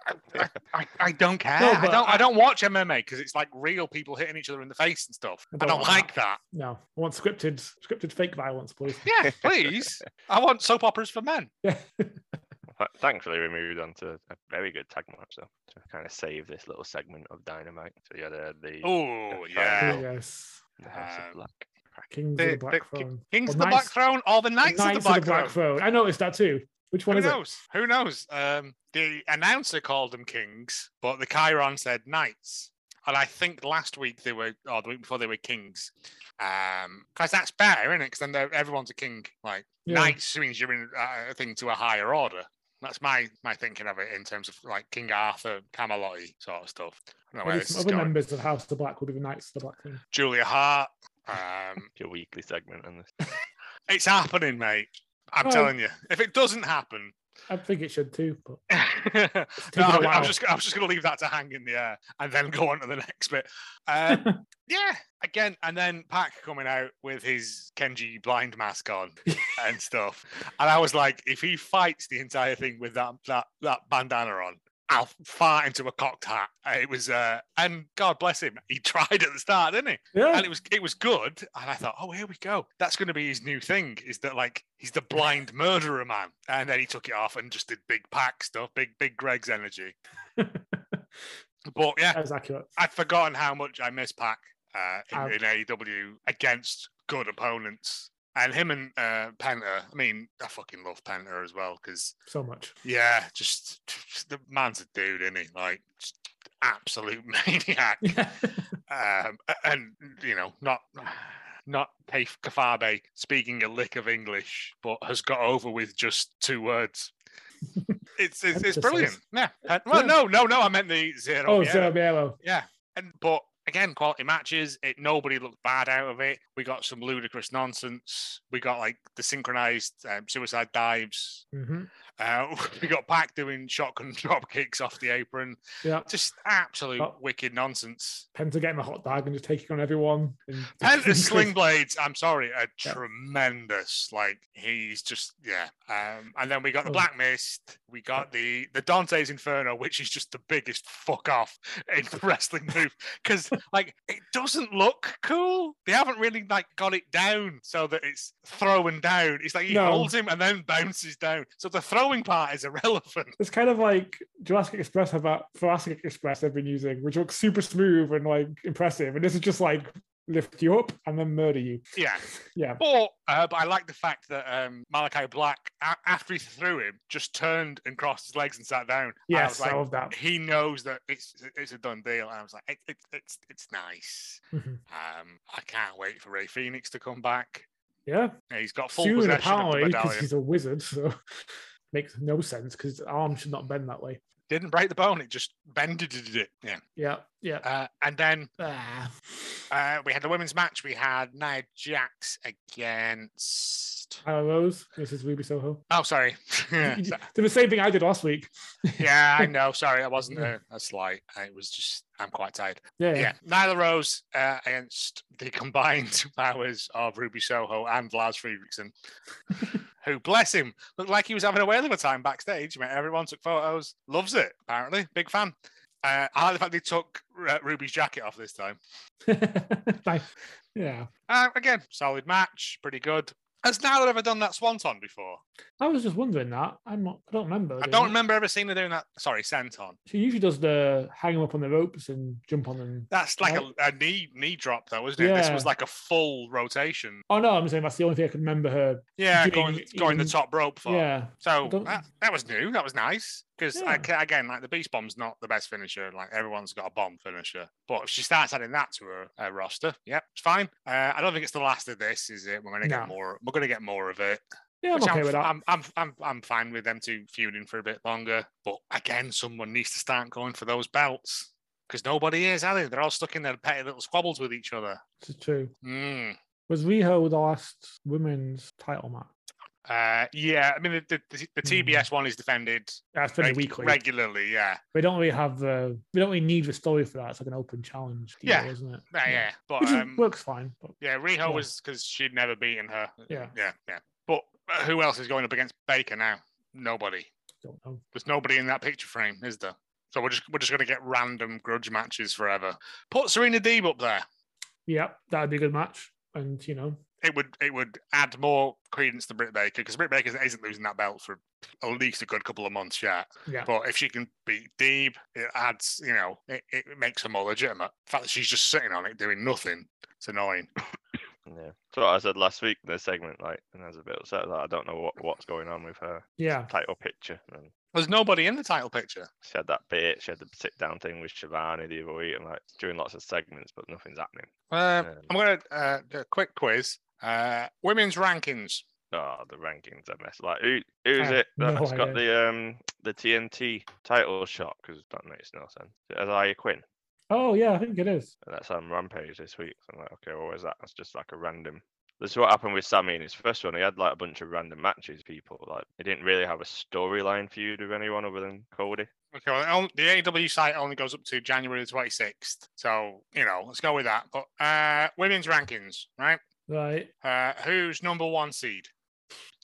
I, I, I, I don't care. No, I but don't I, I- don't watch MMA because it's like real people hitting each other in the face and stuff. I I don't don't want like that. No, I want scripted scripted fake violence, please. Yeah, please. I want soap operas for men. Yeah, Th- Thankfully, we moved on to a very good tag match, though, to kind of save this little segment of Dynamite. So you had uh, the, Oh Yeah. yeah. yes, the House um, of Black. Kings The- of the the Black Ki- Throne. Kings Or of the Black Knights- Throne or the Knights, Knights of the Black, Throne. Throne. I noticed that too. Which one Who is it? knows? Who knows? Um, the announcer called them kings, but the Chiron said knights. And I think last week they were, or the week before they were kings. Because that's better, isn't it? Because then they're- everyone's a king. Like Yeah. knights means you're in uh, a thing to a higher order. That's my my thinking of it in terms of like King Arthur, Camelot sort of stuff. I don't know where Maybe this some is other going. members of House of the Black would have been Knights of the Black Throne. Julia Hart. Um, Your weekly segment on this. it's happening, mate. I'm Oh. telling you. If it doesn't happen, <laughs> I think it should too, but no, <laughs> taken a I'm, while. I'm just I'm just gonna leave that to hang in the air and then go on to the <laughs> next bit. Um, yeah, again, and then Pac coming out with his Kenji blind mask on and stuff, and I was like, if he fights the entire thing with that that that bandana on, I'll fart into a cocked hat. Uh, It was, uh, and God bless him, he <laughs> tried at the start, didn't he? Yeah. And it was it was good. And I thought, oh, here we go. That's going to be his new thing. Is that like he's the blind murderer man? And then he took it off and just did big pack stuff, big big Greg's energy. But yeah, <laughs> That was accurate. I've forgotten how much I miss Pac uh, in, Um, in AEW against good opponents. And him and uh, Penta, I mean, I fucking love Penta as well because, So much. <laughs> yeah, just, just the man's a dude, isn't he? Like, just absolute <laughs> maniac. Yeah. um, a- and, you know, not. Not Kaif Kafabe speaking a lick of English, but has got over with just two words. <laughs> It's it's, it's Emphasis. brilliant. Yeah. Uh, Well, Yeah. no, no, no. I meant the zero. oh, yeah. Zero Biello. Yeah, and but again, quality matches. It nobody looked bad out of it. We got some ludicrous nonsense. We got like the synchronized um, suicide dives. hmm Uh, <laughs> we got Pac doing shotgun <laughs> drop kicks off the apron. Yeah. Just absolute Oh. wicked nonsense. Penta getting a hot dog and just taking on everyone. And <laughs> Penta Sling Blades, I'm sorry, are Yeah. tremendous. Like he's just yeah. Um, and then we got the Oh. Black Mist. We got the the Dante's Inferno, which is just the biggest fuck off <laughs> in the wrestling move because like it doesn't look cool. They haven't really like got it down so that it's thrown down. It's like he No. holds him and then bounces down. So the throwing part is irrelevant. <laughs> It's kind of like Jurassic Express have that Jurassic Express they've been using, which looks super smooth and like impressive. And this is just like lift you up and then murder you. Yeah. Yeah. But, uh, but I like the fact that um, Malachi Black, a- after he threw him, just turned and crossed his legs and sat down. And I Yes, was I, like, love that. he knows that it's it's a done deal. And I was like, it, it, it's it's nice. Mhm. Um, I can't wait for Ray Phoenix to come back. Yeah. Yeah, He's got full Soon, possession of the apparently, because medallion. he's a wizard. So <laughs> makes no sense because his arm should not bend that way. Didn't break the bone; it just bended it. Yeah. Yeah. Yeah. Uh, and then Ah. uh, we had the women's match. We had Nia Jax against. Tyler Rose versus Ruby Soho. Oh, <laughs> sorry. <laughs> Yeah, Did so- the same thing I did last week. <laughs> yeah, I know. Sorry, I wasn't Yeah. a, a slight. It was just I'm quite tired. Yeah. Yeah, Nyla Rose uh, against the combined <laughs> powers of Ruby Soho and Lars <laughs> Fredriksson, who, bless him, looked like he was having a whale of a time backstage. Met everyone, took photos, loves it. Apparently, big fan. Uh, I like the fact they took uh, Ruby's jacket off this time. <laughs> Nice. Yeah. Uh, again, solid match, pretty good. Has Nyla ever done that swanton before? I was just wondering that. I'm not. I don't remember. I doing don't it. remember ever seeing her doing that. Sorry, senton. She usually does the hang 'em up on the ropes and jump on them. That's like a, a knee knee drop, though, isn't it? This was Yeah. like a full rotation. Oh no, I'm saying that's the only thing I can remember her. Yeah, Doing- going, going the even- top rope for. Yeah, So don't- that, that was new. That was nice because Yeah. again, like the beast bomb's not the best finisher. Like everyone's got a bomb finisher, but if she starts adding that to her uh, roster, yep, it's fine. Uh, I don't think it's the last of this, is it? We're gonna No. get more. We're gonna get more of it. yeah, I'm which okay with that. I'm, I'm, I'm, I'm fine with them two feuding for a bit longer. But again, someone needs to start going for those belts because nobody is, are they? They're all stuck in their petty little squabbles with each other. It's true. Mm. Was Riho the last women's title match? Uh, yeah, I mean the the, the, the Mm. TBS one is defended That's pretty reg- weekly. regularly. Yeah. we don't really have the. We don't really need the story for that. It's like an open challenge. deal, Yeah. isn't it? Yeah, yeah. But Which is- um, works fine. But yeah, Riho yeah. was because she'd never beaten her. Yeah. Yeah, yeah. But uh, who else is going up against Baker now? Nobody. don't know. There's nobody in that picture frame, is there? So we're just we're just gonna get random grudge matches forever. Put Serena Deeb up there. Yeah, that'd be a good match. And you know, It would it would add more credence to Britt Baker because Britt Baker isn't losing that belt for at least a good couple of months yet. yeah, But if she can beat Deeb, it adds you know it, it makes her more legitimate. The fact that she's just sitting on it doing nothing, it's annoying. Yeah. So what I said last week in the segment, like, and I was a bit upset that I don't know what, what's going on with her yeah. title picture. And There's nobody in the title picture. she had that bit, she had the sit down thing with Shivani the other week, and like doing lots of segments, but nothing's happening. Uh, Um, I'm going to uh, do a quick quiz. Uh, women's rankings. Oh, the rankings are messed. Like, who who's have it no that's got idea. the um the TNT title shot? Because that makes no sense. Is it Isaiah Quinn, Oh yeah, I think it is. and that's on Rampage this week. So I'm like, okay, well, where's that? That's just like a random. This is what happened with Sammy in his first one. He had like a bunch of random matches. People like he didn't really have a storyline feud with anyone other than Cody. Okay, well, on- the AW site only goes up to January the 26th. So, you know, let's go with that. But uh, women's rankings, right? Right. Uh, who's number one seed?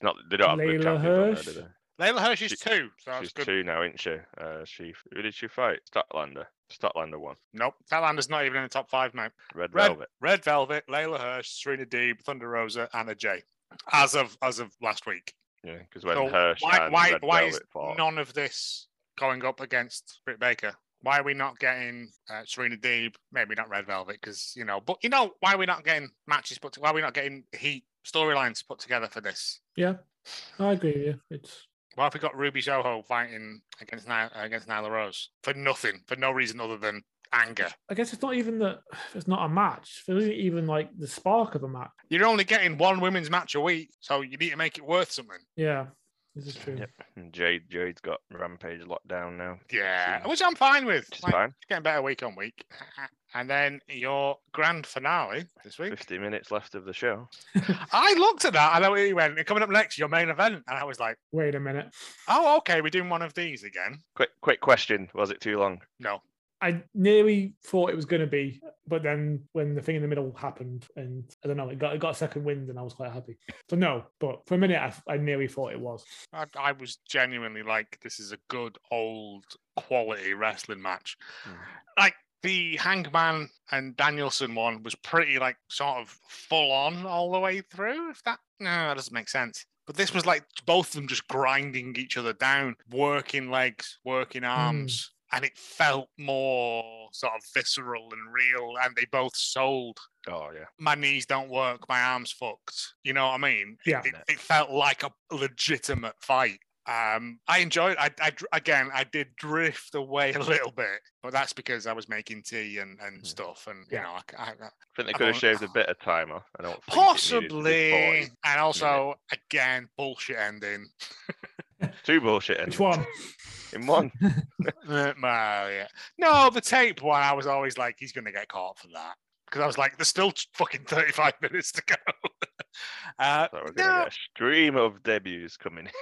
Not they don't have the Layla champions on there, Hirsch? do they? Layla Hirsch is She- two, so that's She's good. two now, isn't she? Uh, she who did she fight? Statlander. Statlander won. Nope, Thailander's not even in the top five, mate. Red, Red Velvet. Red Velvet, Layla Hirsch, Serena Deeb, Thunder Rosa, Anna Jay. As of as of last week. Yeah, because when so Hirsch why and why Red why Velvet is fought, none of this going up against Britt Baker? Why are we not getting uh, Serena Deeb? Maybe not Red Velvet because you know, but you know why we're not getting matches put. To, why are we not getting heat storylines put together for this? Yeah, I agree with you. It's Why have we got Ruby Soho fighting against Ny- against Nyla Rose for nothing for no reason other than anger? I guess it's not even that it's not a match. It isn't even like the spark of a match. You're only getting one women's match a week, so you need to make it worth something. Yeah, this is true. Yep. and Jade Jade's got Rampage locked down now. Yeah, Yeah. which I'm fine with. Which is Like, fine. It's getting better week on week. And then your grand finale this week. Fifty minutes left of the show. I looked at that. I know you went coming up next, your main event, and I was like, Wait a minute. "Oh, okay, we're doing one of these again." Quick, quick question. Was it too long? No, I nearly thought it was going to be, but then when the thing in the middle happened, and I don't know, it got it got a second wind, and I was quite happy. So no, but for a minute, I, I nearly thought it was. I, I was genuinely like, "This is a good old quality wrestling match." Hmm. Like the Hangman and Danielson one was pretty like sort of full on all the way through. If that no, that doesn't make sense. But this was like both of them just grinding each other down, working legs, working arms, and it felt more sort of visceral and real. And they both sold. Oh yeah. My knees don't work. My arms fucked. You know what I mean? It- Yeah. It, it felt like a legitimate fight. Um, I enjoyed. I, I dr- again, I did drift away <laughs> a little bit, but that's because I was making tea and, and Yeah. stuff, and Yeah. Mm-hmm. you know, I c- I, I think they I could have don't- shaved a bit of time off. I don't think it needed to be Possibly, 40. and also again, bullshit <laughs> ending. Two bullshit endings Which one? in <laughs> one. Uh, well, yeah. No, the tape one. I was always like, he's going to get caught for that because I was like, there's still t- fucking 35 <laughs> minutes to go. uh, So we're gonna no, get a stream of debuts coming in.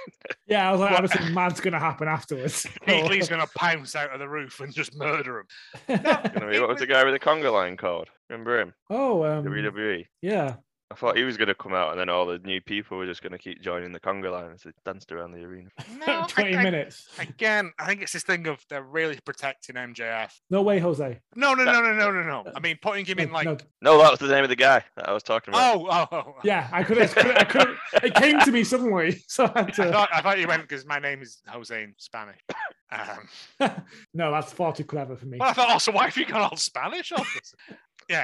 Yeah, I was like, What? <laughs> obviously, mad's going to happen afterwards. Keith <laughs> going to pounce out of the roof and just murder him. Gonna be- what was the guy with the conga line called? Remember him? oh, um, E. WWE. yeah. I thought he was gonna come out, and then all the new people were just gonna keep joining the conga line as they danced around the arena. <laughs> No, I- Twenty I- minutes. Again, I think it's this thing of they're really protecting MJF. No way, Jose. No, no, That- no, no, no, no, no. I mean, putting him in No, like, no. No, that was the name of the guy that I was talking about. oh, oh, oh, oh. Yeah, I could. I could. It came to me suddenly, <laughs> so I had I to. thought, I thought you went because my name is Jose in Spanish. <laughs> Um, no, that's far too clever for me. well, I thought, also, why have you got all Spanish on <laughs> this?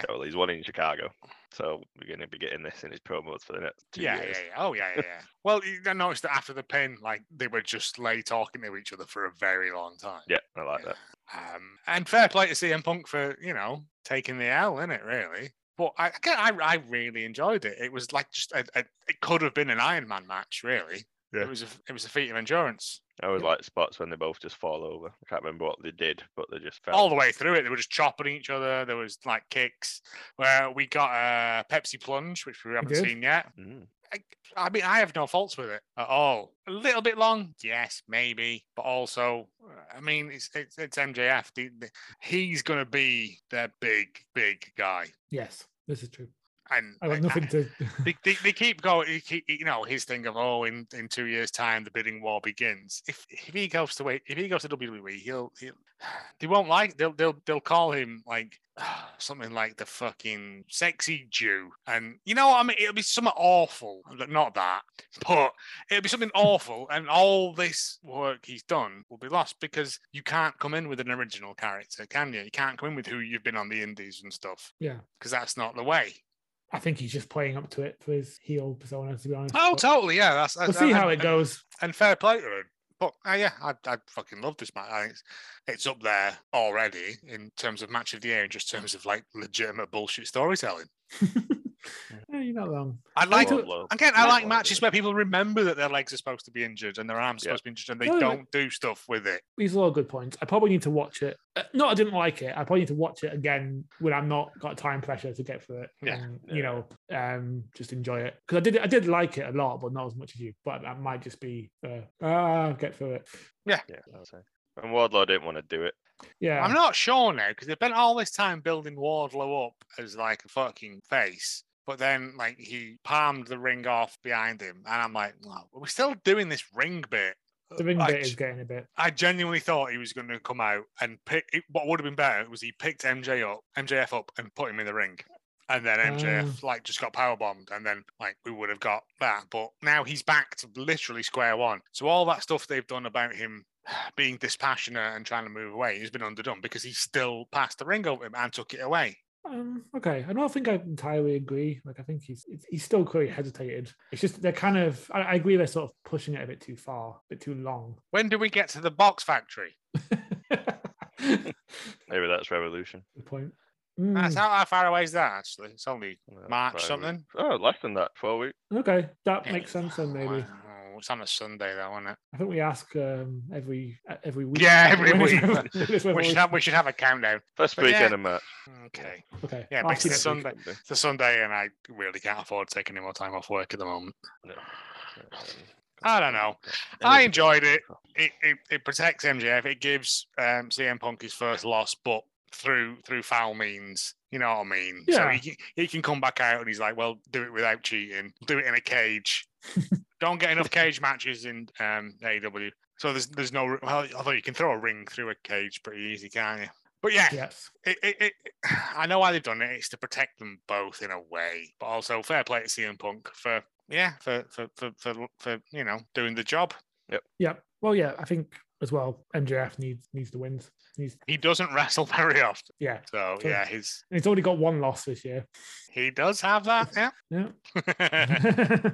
Well, he's one in Chicago, so we're gonna be getting this in his promos for the next two Yeah, yeah, years. yeah. Oh, yeah, yeah, yeah. well, you- I noticed that after the pin, like they were just lay talking to each other for a very long time. Yeah, I like that. Um, and fair play to CM Punk for you know taking the L in it, really. But I again, I, I really enjoyed it. It was like just a, a, it could have been an Iron Man match, really. Yeah. It was a, it was a feat of endurance I always like spots when they both just fall over. I can't remember what they did, but they just fell. all the way through it. They were just chopping each other. There was like kicks. Where we got a Pepsi plunge, which we haven't did? seen yet. Mm. I, I mean, I have no faults with it at all. A little bit long, yes, maybe, but also, I mean, it's it's, it's MJF. The- the- he's going to be their big, big guy, yes, this is true. and I got nothing <laughs> to. they, they, they keep going. he keep- you know, his thing of oh, in, in two years' time, the bidding war begins. If if he goes to wait, if he goes to WWE, he'll he'll <sighs> they won't like they'll they'll they'll call him like <sighs> something like the fucking sexy Jew, and you know what I mean. It'll be something awful. Not that, but it'll be something awful, and all this work he's done will be lost because you can't come in with an original character, can you? You can't come in with who you've been on the indies and stuff Yeah, because that's not the way. I think he's just playing up to it for his heel persona. To be honest, Oh, but totally. Yeah, that's. we'll see how it <laughs> goes. and fair play to him. But uh, yeah, I, I fucking love this match. I think it's, it's up there already in terms of match of the year, in just terms of like legitimate bullshit storytelling. Yeah, Eh, you're not wrong. I like to- Lord love- again. I Lord like love matches it. where people remember that their legs are supposed to be injured and their arms Yeah. are supposed to be injured, and they No, no, no. don't do stuff with it. These are all good points. I probably need to watch it. Uh, Not I didn't like it. I probably need to watch it again when I'm not got time pressure to get through it. Yeah. and, you know, um, just enjoy it because I did. I did like it a lot, but not as much as you. But that might just be uh, ah, get through it. Yeah, I would say. And Wardlow didn't want to do it. Yeah, I'm not sure now because they've spent all this time building Wardlow up as like a fucking face, but then like he palmed the ring off behind him, and I'm like, wow, we're still doing this ring bit. The ring I bit j- is getting a bit. I genuinely thought he was going to come out and pick. It, what would have been better was he picked MJ up, MJF up, and put him in the ring, and then MJF Oh. like just got power bombed, and then like we would have got that. But now he's back to literally square one. So all that stuff they've done about him <sighs> being dispassionate and trying to move away has been underdone because he still passed the ring over him and took it away. Um, okay, I don't think I entirely agree. Like, I think he's it's- he's still clearly hesitated. It's just they're kind of. I, I agree they're sort of pushing it a bit too far, a bit too long. <laughs> When do we get to the box factory? Good Maybe that's Revolution. point. Mm, That's how, how far away is that? Actually, it's only Uh, March five something. weeks. Oh, less than that. Twelve weeks. okay, that makes sense then. Maybe Wow, It's on a Sunday though, isn't it? I think we ask um, every every week. Yeah, every <laughs> when week. it's- when it's We should revolution. have we should have a countdown. First But weekend yeah. of March. Okay. Okay, Yeah, I'll makes see it next Sunday. Could be. It's a Sunday and I really can't afford to take any more time off work at the moment. No. I don't know. I enjoyed it. It it, it protects MJF. It gives um, CM Punk his first loss, but through through foul means. You know what I mean? So Yeah. he, can- he can come back out and he's like, well, do it without cheating. Do it in a cage. Don't get enough cage matches in um, AEW. So there's there's no well, although you can throw a ring through a cage pretty easy, can't you? But yeah, Yes. it, it, it, I know why they've done it. It's to protect them both in a way, but also fair play to CM Punk for yeah for for for for, for you know doing the job. Yep. Well, yeah, I think as well. MJF needs needs the wins. Needs He doesn't <laughs> wrestle very often, yeah, so True. yeah, he's and he's already got one loss this year. he does have that. <laughs> Yeah. Yeah,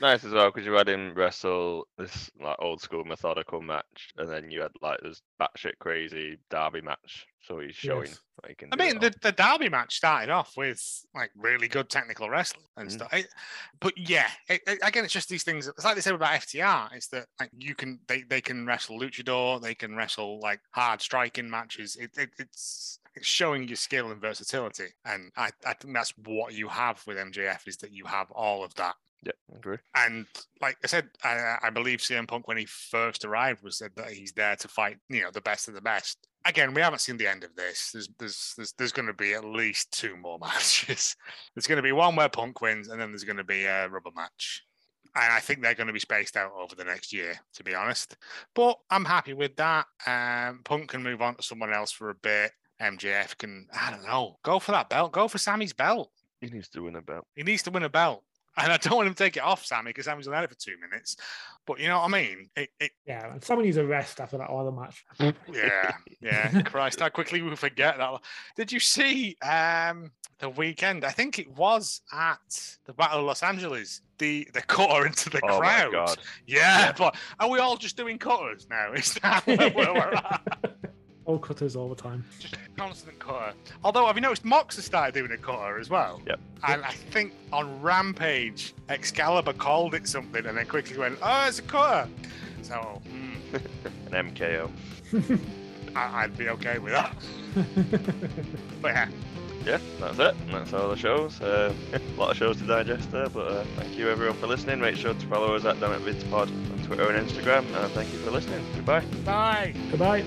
Nice as well because you had him wrestle this like old school methodical match, and then you had like this batshit crazy derby match. So he's showing <laughs> Yes. that he can. I do it mean all. the, the derby match started off with like really good technical wrestling and Mhm. stuff. It- but yeah, it, it- again, it's just these things. It's like they said about FTR. It's that like you can they they can wrestle luchador, they can wrestle like hard striking matches. It, it it's it's showing your skill and versatility, and I I think that's what you have with MJF is that you have all of that. yeah, agree. And like I said, I, I believe CM Punk when he first arrived was said that he's there to fight, you know, the best of the best. Again, we haven't seen the end of this. There's there's there's, there's going to be at least two more <laughs> matches. There's going to be one where Punk wins, and then there's going to be a rubber match. And I think they're going to be spaced out over the next year, to be honest. But I'm happy with that. Um, Punk can move on to someone else for a bit. MJF can, I don't know, go for that belt. Go for Sammy's belt. He needs to win a belt. He needs to win a belt. And I don't want him to take it off Sammy because Sammy's only had it for two minutes. But you know what I mean? It, it, yeah, and someone needs a rest after that other match. yeah, <laughs> yeah. Christ, how quickly we forget that. Did you see um, the weekend? I think it was at the Battle of Los Angeles. The the cutter into the Oh my crowd. god! Yeah, Yeah. but are we all just doing cutters now? <laughs> Is that where we're at? <laughs> All cutters all the time. Just a constant cutter. Although, have you noticed Mox has started doing a cutter as well? Yep. And I think on Rampage, Excalibur called it something and then quickly went, oh, it's a cutter. So hmm, An MKO. I- I'd be okay with that. But yeah, Yeah, that's it. That's all the shows. Uh, a lot of shows to digest there, but uh, thank you everyone for listening. Make sure to follow us at Damn It Vids Pod on Twitter and Instagram. And thank you for listening. Goodbye. bye. Goodbye.